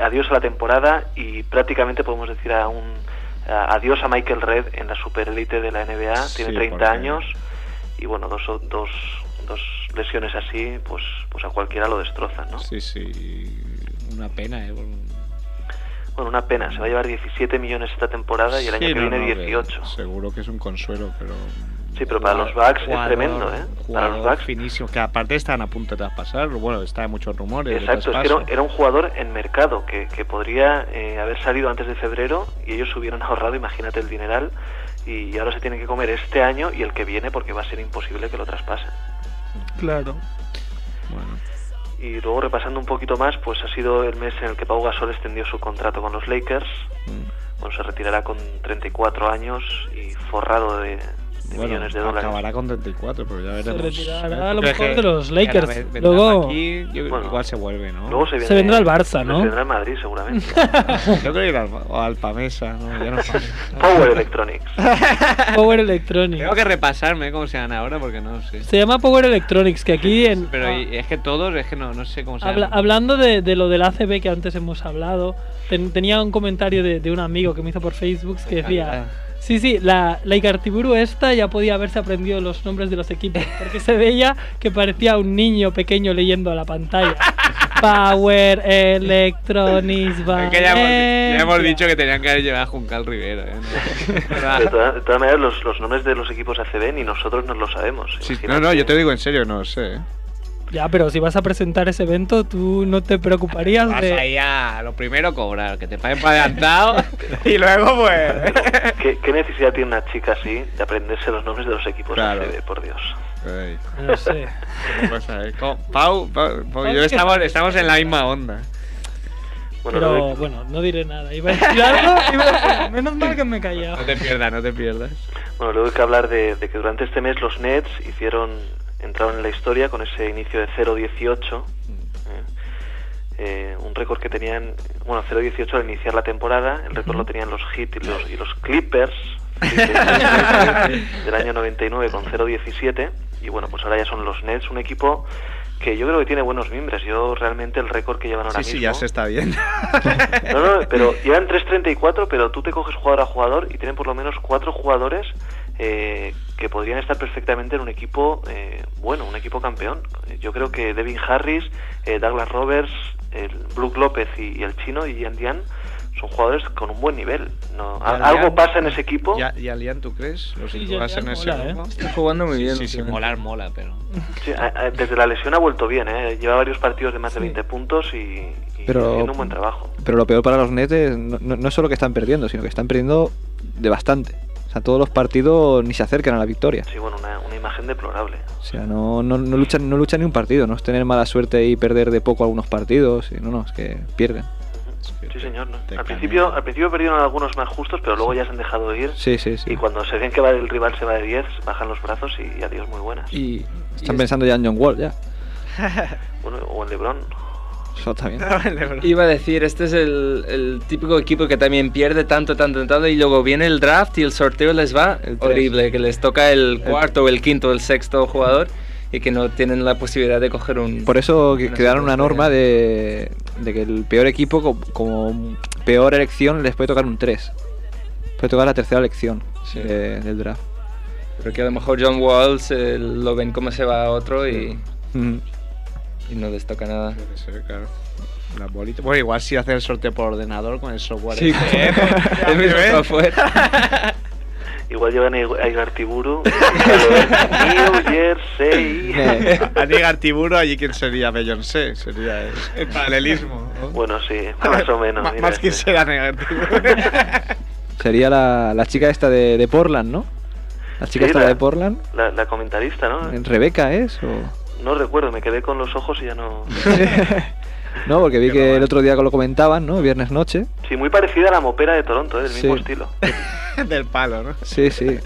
J: Adiós a la temporada y prácticamente podemos decir a un a- adiós a Michael Red en la superélite de la NBA. Tiene
B: Sí,
J: 30
B: porque-
J: años y bueno, dos, o- dos, dos lesiones así, pues, pues a cualquiera lo destrozan, ¿no?
B: Sí, sí. Una pena, ¿eh?
J: Bueno, una pena, se va a llevar 17 millones esta temporada y el año
B: Sí,
J: que
B: no,
J: viene
B: no, que
J: 18.
B: Seguro que es un consuelo, pero...
J: Sí, pero para los Bucks es tremendo, ¿eh? Para los
B: jugador
J: Bucks.
B: finísimo, que aparte estaban a punto de traspasar, bueno, está de muchos rumores. de
J: Exacto, es que
B: traspaso.
J: era, era un jugador en mercado que, que podría eh, haber salido antes de febrero y ellos hubieran ahorrado, imagínate el dineral, y ahora se tienen que comer este año y el que viene porque va a ser imposible que lo traspasen.
C: Claro.
B: Bueno,
J: Y luego repasando un poquito más, pues ha sido el mes en el que Pau Gasol extendió su contrato con los Lakers.
B: Mm.
J: Bueno, se retirará con 34 años y forrado de, de
B: Bueno,
J: millones de dólares.
B: acabará con 34, pero ya
C: Se
B: veremos.
C: retirará
B: ¿Eh?
C: a lo
B: Porque es
C: mejor
B: que-
C: de los
B: que ahora
C: Lakers.
B: ve- vendrá
C: Luego
B: aquí, yo-
J: Bueno.
B: igual se vuelve, ¿no?
J: Luego se,
C: se vendrá al Barça,
J: Se
C: ¿no?
J: vendrá al Madrid seguramente.
B: Yo creo que ir al, o al Pamesa, ¿no? Ya no
J: Power Electronics.
C: Power Electronics.
E: Tengo que repasarme cómo se llaman ahora porque no sé.
C: Se llama Power Electronics, que aquí en...
E: Pero
C: ah,
E: y- es que todos, es que no, no sé cómo se
C: habla-
E: llaman.
C: hablando de, de lo del ACB que antes hemos hablado, ten- tenía un comentario de, de un amigo que me hizo por Facebook que decía... Sí, sí, la, la Icartiburu esta ya podía haberse aprendido los nombres de los equipos, porque se veía que parecía un niño pequeño leyendo a la pantalla. Power Electronics
E: Es que ya hemos, ya
C: Valencia.
E: hemos dicho que tenían que haber llevado a Juncal Rivera. ¿eh?
J: De, toda- de todas maneras, los, los nombres de los equipos ACB ni nosotros nos lo sabemos.
B: No, no, yo te digo en serio, no sé. ¿eh?
C: Ya, pero si vas a presentar ese evento, tú no te preocuparías
E: Vas
C: de...
E: ahí a lo primero cobrar, que te paguen para adelantado y luego pues...
J: ¿Qué, qué necesidad tiene una chica así de aprenderse los nombres de los equipos ACB, por Dios?
C: Ah, No sé.
E: ¿Qué pasa, eh? Con- Pau, Pau, Pau y
C: Pau,
E: yo
C: es que-
E: estamos, estamos en la misma onda.
C: pero bueno, no diré nada. Iba a decir algo, iba a decir- menos mal que me he callado.
E: No te pierdas, no te pierdas.
J: Bueno, luego hay que hablar de, de que durante este mes los Nets hicieron, entraron en la historia con ese inicio de 0-18, ¿eh? Eh, un récord que tenían, bueno, 0-18 al iniciar la temporada, el récord lo tenían los Heat y los, y los Clippers del año 99 con 0-17 y bueno, pues ahora ya son los Nets, un equipo que yo creo que tiene buenos mimbres, yo realmente el récord que llevan ahora
B: Sí, sí,
J: mismo
B: ya se está viendo.
J: no, no, pero llevan 3.34, pero tú te coges jugador a jugador y tienen por lo menos cuatro jugadores eh, que podrían estar perfectamente en un equipo eh, bueno, un equipo campeón. Yo creo que Devin Harris, eh, Douglas Roberts, el Brook López y, y el chino y Yan Dian son jugadores con un buen nivel. No, a-
B: Yan
J: algo
B: Dian.
J: pasa en ese equipo.
B: Ya, ¿Y Alian, tú crees? Los
J: Sí,
B: equipos
J: Yan
B: en
J: Yan
B: ese
J: mola,
B: grupo.
J: ¿eh?
B: Está jugando muy bien.
E: Sí, sí, molar mola, pero...
J: Sí, a- a- desde la lesión ha vuelto bien, ¿eh? lleva varios partidos de más de 20 puntos y, y
F: Pero,
J: haciendo un buen trabajo.
F: pero lo peor para los Nets es no, no- no es solo que están perdiendo, sino que están perdiendo de bastante. O sea, todos los partidos ni se acercan a la victoria.
J: Sí, bueno, una, una imagen deplorable.
F: O sea, no, no, no luchan, no luchan ni un partido, no es tener mala suerte y perder de poco algunos partidos. y No, no, es que pierden.
J: Sí, señor. ¿no? Al, principio, al principio perdieron algunos más justos, pero luego ya se han dejado ir.
F: Sí, sí, sí.
J: Y cuando se ven que va el rival se va de 10, bajan los brazos y, y adiós, muy buenas.
F: Y están pensando ya en John Wall, ya.
J: Bueno, o en LeBron.
F: Eso está bien.
L: Iba a decir, este es el, el típico equipo que también pierde tanto, tanto, tanto, y luego viene el draft y el sorteo les va horrible, que les toca el cuarto, el quinto, el sexto jugador y que no tienen la posibilidad de coger un...
F: Por eso que
L: Una
F: crearon una norma de, de que el peor equipo, co- como peor elección, les puede tocar un 3. Puede tocar la tercera elección de- del draft.
L: Porque a lo mejor John Wall se- lo ven como se va a otro y,
F: Mm.
L: y no les toca nada.
B: La bolita. Bueno, igual si hace el sorteo por ordenador con el software.
L: Sí,
B: este, ¿eh?
L: el mismo
B: ¿eh?
L: software.
J: Igual llevan a Igartiburu. New Jersey.
F: Eh,
B: A llegar Tiburo, allí quién sería Beyoncé. Sería el, paralelismo.
J: Bueno, sí, más o menos.
B: Ma-
J: mira,
B: más que
J: sí.
B: será negativo.
F: Sería la, la chica esta de, de Portland, ¿no? La chica
J: Sí,
F: esta
J: la-
F: de Portland.
J: La, la comentarista, ¿no?
F: ¿Rebeca es? O...
J: No recuerdo, me quedé con los ojos y ya no.
F: No, porque vi que el otro día que lo comentaban, ¿no? Viernes noche.
J: Sí, muy parecida a la mopera de Toronto, ¿eh? del mismo
F: Sí.
J: estilo.
B: Del palo, ¿no?
F: Sí, sí.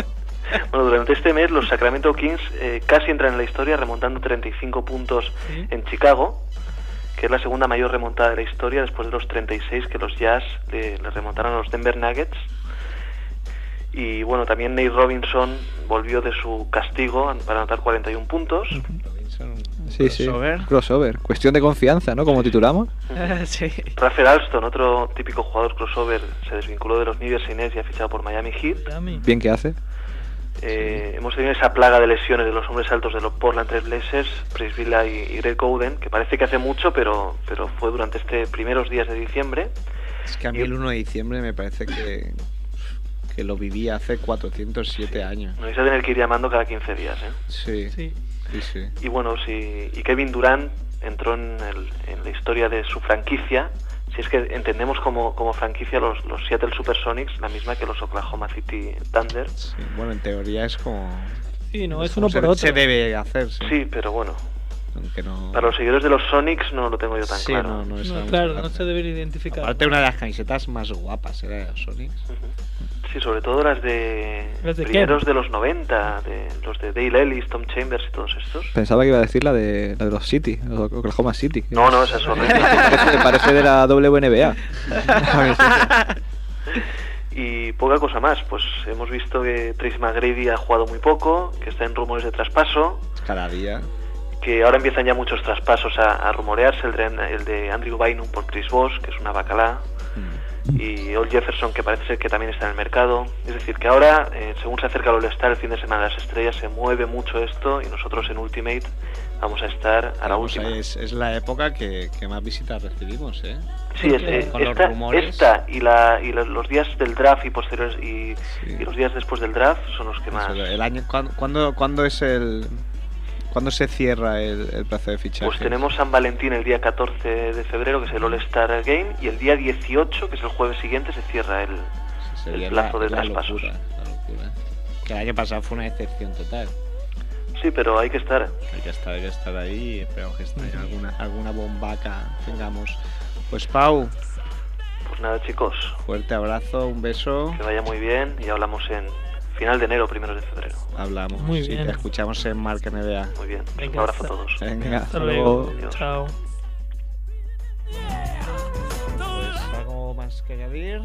J: Bueno, durante este mes los Sacramento Kings eh, casi entran en la historia remontando 35 puntos en Chicago, que es la segunda mayor remontada de la historia después de los 36 que los Jazz le, le remontaron a los Denver Nuggets. Y bueno, también Nate Robinson volvió de su castigo an- para anotar 41 puntos.
F: Sí, sí. Crossover. Cuestión de confianza, ¿no? Como titulamos.
C: sí.
J: Rafael Alston, otro típico jugador crossover, se desvinculó de los New Jersey Nets y ha fichado por Miami Heat.
F: Bien que hace.
J: Eh, Hemos tenido esa plaga de lesiones de los hombres altos de los Portland Trail Blazers, Chris Villa y, y Greg Oden, que parece que hace mucho, pero, pero fue durante estos primeros días de diciembre.
B: Es que a mí el 1 de diciembre me parece que, que lo viví hace 407 años.
J: Nos vais a tener que ir llamando cada 15 días. ¿eh?
B: Sí. Sí, sí.
J: Y bueno, si, y Kevin Durant entró en, el- en la historia de su franquicia, si es que entendemos como, como franquicia los, los Seattle Supersonics, la misma que los Oklahoma City Thunder.
B: Bueno, en teoría es como.
C: Sí, no, es
B: como
C: uno
B: se-
C: por otro.
B: Se debe hacer, sí.
J: Sí, pero bueno,
B: Aunque no.
J: para los seguidores de los Sonics no lo tengo yo tan
B: Sí,
J: claro.
B: no, no es
C: No,
B: algo
C: claro,
B: que
C: no
B: hace.
C: se debe identificar.
B: Aparte, una de las camisetas más guapas era de los Sonics.
J: Sí, sobre todo las de
B: ¿Las de qué?
J: primeros de los 90, de, los de Dale Ellis, Tom Chambers y todos estos.
F: Pensaba que iba a decir la de, la de los City, los Oklahoma City. que
J: No, ¿eh? no, esa es horrible.
F: Parece, parece de la WNBA.
J: Y poca cosa más, pues hemos visto que Trace McGrady ha jugado muy poco, que está en rumores de traspaso,
B: Cada día.
J: que ahora empiezan ya muchos
B: Hmm.
J: traspasos a, a rumorearse, el de, el de Andrew Bynum por Chris Bosh, que es una bacalá. y Old Jefferson, que parece ser que también está en el mercado. Es decir, que ahora, eh, según se acerca el All-Star, el fin de semana de las estrellas, se mueve mucho esto y nosotros en Ultimate vamos a estar a la
B: Vamos,
J: última.
B: Pues es, es la época que, que más visitas recibimos, ¿eh?
J: Sí, es, eh,
B: con los
J: esta,
B: rumores.
J: esta y, la, y los- los días del draft y posteriores y, y los días después del draft son los que más.
B: Eso, el año, ¿cuándo, cuándo, cuándo es el cuándo se cierra el, el plazo de fichaje?
J: Pues tenemos San Valentín el día 14 de febrero, que es el All-Star Game, y el día 18, que es el jueves siguiente, se cierra el, el plazo de traspasos.
B: Que el año pasado fue una excepción total.
J: Sí, pero hay que estar.
B: Hay que estar, hay que estar ahí. Esperamos que esté alguna, alguna bombaca tengamos. Pues Pau,
J: Pues nada, chicos,
B: fuerte abrazo, un beso.
J: que vaya muy bien y hablamos en final de enero, primeros de febrero.
B: Hablamos.
J: Muy
B: sí,
J: bien.
B: te escuchamos en Marca NBA.
J: Muy bien.
B: Venga,
J: Un abrazo a todos.
B: Venga,
C: Hasta
B: hasta
C: luego.
B: luego.
C: Chao.
M: Pues, ¿Algo más que añadir?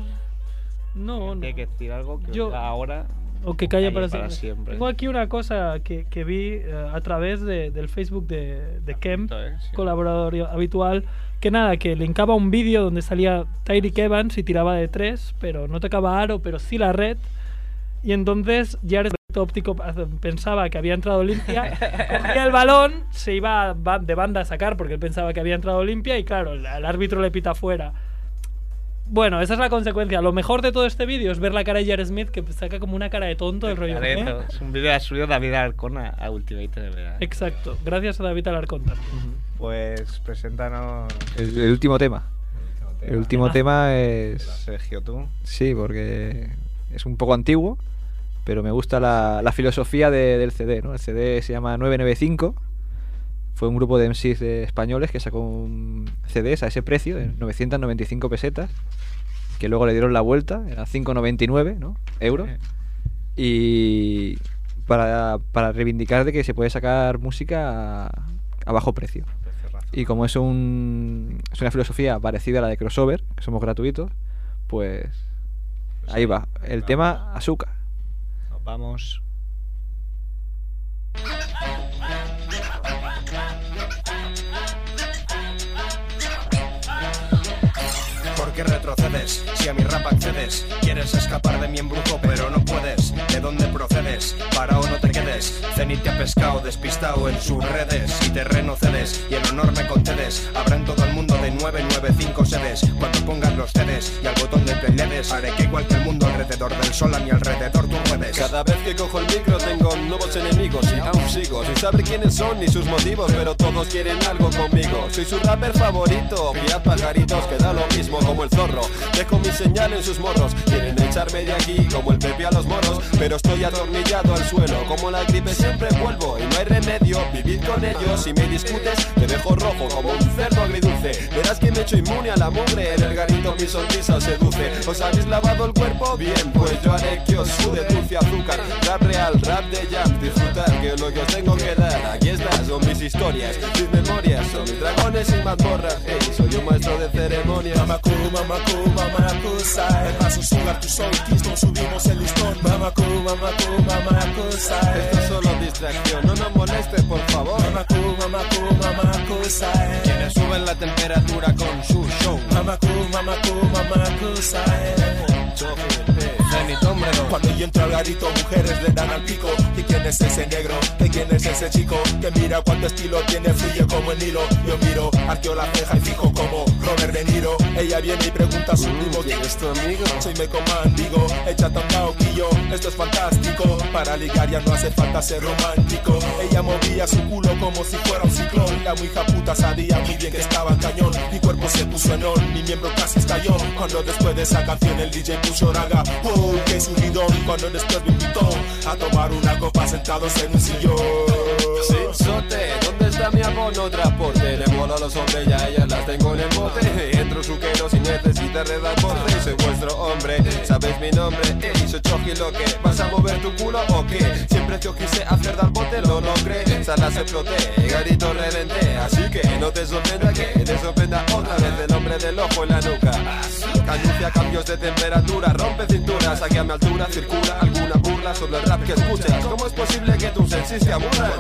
C: No,
M: no. Hay que decir algo que
C: Yo-
M: venga ahora.
C: O que calla para,
M: para
C: siempre.
M: siempre.
C: Tengo aquí una cosa que, que vi eh, a través de- del Facebook de, de Kemp,
B: eh.
C: colaborador habitual, que nada, que linkaba un vídeo donde salía Tyreek Evans y tiraba de tres, pero no tocaba aro, pero sí la red. Y entonces Jared óptico ah, pensaba que había entrado limpia, cogía el balón, se iba ba- de banda a sacar porque él pensaba que había entrado limpia y claro, el el árbitro le pita fuera. Bueno, esa es la consecuencia. Lo mejor de todo este vídeo es ver la cara de Jared Smith que saca como una cara de tonto del rollo. ¿eh?
B: Es un vídeo que ha subido David Alcón a, a Ultimate de verdad.
C: Exacto. Gracias a David Alarcón también.
N: Pues preséntanos.
F: El, el último tema. El último tema es.
B: Sergio, tú.
F: Sí, porque es un poco antiguo, pero me gusta la, la filosofía de- del CD. ¿no? El CD se llama 995. Fue un grupo de MCs de españoles que sacó un CDs a ese precio, de 995 pesetas, que luego le dieron la vuelta, era 5,99 ¿no? euros.
B: Eh,
F: Y para, para reivindicar de que se puede sacar música a, a bajo precio. Y como es, un, es una filosofía parecida a la de crossover, que somos gratuitos, pues ahí va. El tema azúcar.
B: Nos vamos.
O: ¿Por qué retrocedes? Si a mi rap accedes, quieres escapar de mi embrujo, pero no puedes. ¿De dónde procedes? Para o no te quedes. Zenit te ha pescado, despistado en sus redes. Y terreno cedes, y el honor me concedes. Habrá en todo el mundo de 995 sedes. Cuando pongas los CDs y al botón de play le des, haré que igual que el mundo alrededor del sol a mi alrededor tú ruedes.
P: Cada vez que cojo el micro tengo nuevos enemigos y aún sigo sin saber quiénes son ni sus motivos, pero todos quieren algo conmigo. Soy su rapper favorito, criad pajaritos que da lo mismo como el zorro. Dejo mi señal en sus morros, quieren echarme de aquí como el pepe a los moros, pero estoy atornillado al suelo. Como la gripe siempre vuelvo y no hay remedio, vivid con ellos. Si me discutes, te dejo rojo como un cerdo agridulce. Verás que me echo inmune a la mugre, en el garito mi sonrisa seduce. ¿Os habéis lavado el cuerpo? Bien, pues yo haré que os sude dulce azúcar. Rap real, rap de jam, disfrutar que lo que os tengo que dar. Aquí estas son mis historias, mis memorias, son mis dragones y mazmorras. Ey, soy un maestro de ceremonias. Mamacu, mamacu, mamacusa, el paso sugar, tu soul kiss, nos subimos el listón. Mamacu, mamacu, mamacusa. Esto es solo distracción, no nos molestes, por favor. Mamacu, mamacu, mamacusa. Quienes suben la temperatura con su show. Mamacu, mamacu, mamacusa.
O: Cuando yo entro al garito, mujeres le dan al pico. ¿Y quién es ese negro? ¿Y quién es ese chico? Que mira cuánto estilo tiene, fluye como el hilo. Yo miro, arqueo la ceja y fijo como Robert De Niro. Ella viene y pregunta a su primo: ¿Quién es tu amigo? Soy me comandigo, echa tapao quillo. Esto es fantástico. Para ligar ya no hace falta ser romántico. Ella movía su culo como si fuera un ciclón. La muy puta sabía muy bien que estaba cañón. Mi cuerpo se puso en on, mi miembro casi estalló. Cuando después de esa canción el DJ puso raga, wow, que subidón. Cuando después me invitó a tomar una copa sentados en un sillón.
P: Sote, ¿dónde está mi abono transporte? Le mola los hombres, ya ellas las tengo en el bote. Entro suquero sin necesitar redactor. Soy vuestro hombre, sabes mi nombre. Ey, soy Choji lo que vas a mover tu culo o qué? Siempre que os quise hacer dar bote, lo logré. Salas exploté, garito reventé. Así que no te sorprenda que te sorprenda otra vez el hombre del ojo en la nuca. Canuncia cambios de temperatura, rompe cinturas. Aquí a mi altura circula alguna burla sobre el rap que escuchas. ¿Cómo es posible que tus sensis se aburran?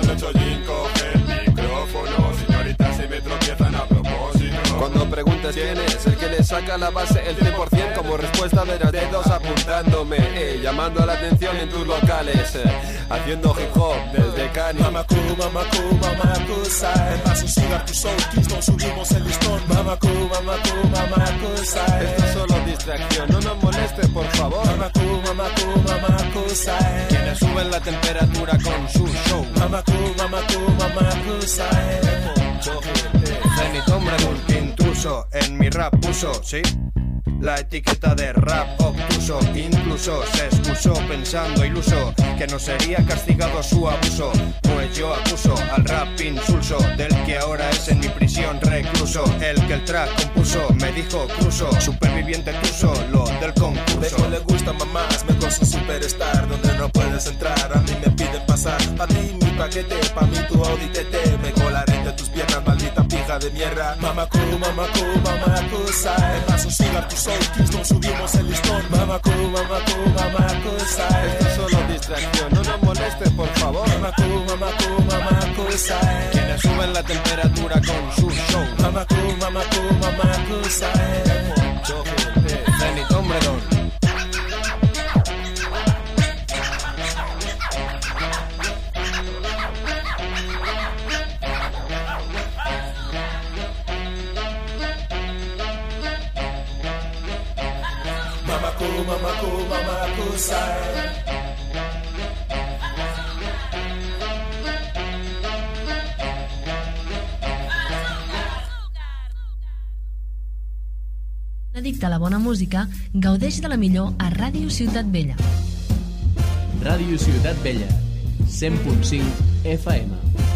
P: Cuando preguntas quién es el que les ha saca la base el 100% como respuesta de los dedos apuntándome, eh, llamando la atención en tus locales, eh, haciendo hip hop desde Cani.
O: Mamaku, mamaku, mamaku, sai. Paso sin acusar, no subimos el listón. Mamaku, mamaku, mamaku, sai.
P: Esto es solo distracción, no nos molestes por favor.
O: Mamaku, mamaku, mamaku, sai.
P: Quienes suben la temperatura con su show.
O: Mamaku, mamaku, mamaku, sai.
Q: Zenitombra un intruso, en mi rap puso, ¿sí? La etiqueta de rap obtuso, incluso se excusó pensando iluso que no sería castigado su abuso. Pues yo acuso al rap insulso del que ahora es en mi prisión recluso. El que el track compuso me dijo cruso, superviviente tuso, lo del concurso.
O: Dejo le gusta mamás, me gozo superstar Donde no puedes entrar, a mí me piden pasar Pa' ti mi paquete, pa' mí tu Audi TT Me colaré entre tus piernas, maldita pija de mierda Mamacu, mamacu, mamacu, sai Paso sin tu soul, kids, no subimos el listón Mamacu, mamacu, mamacu, sai
P: Esto es solo distracción, no nos molestes por favor.
O: Mamacu, mamacu, mamacu, sai
P: Quienes suben la temperatura con su show.
O: Mamacu, mamacu, mamacu, sai
P: Zenith Ombredon.
O: Mamacu, mamacu, mamacu, sai
R: Adicte a la bona música, gaudeix de la millor a Ràdio Ciutat Vella.
S: Ràdio Ciutat Vella, 100.5 FM.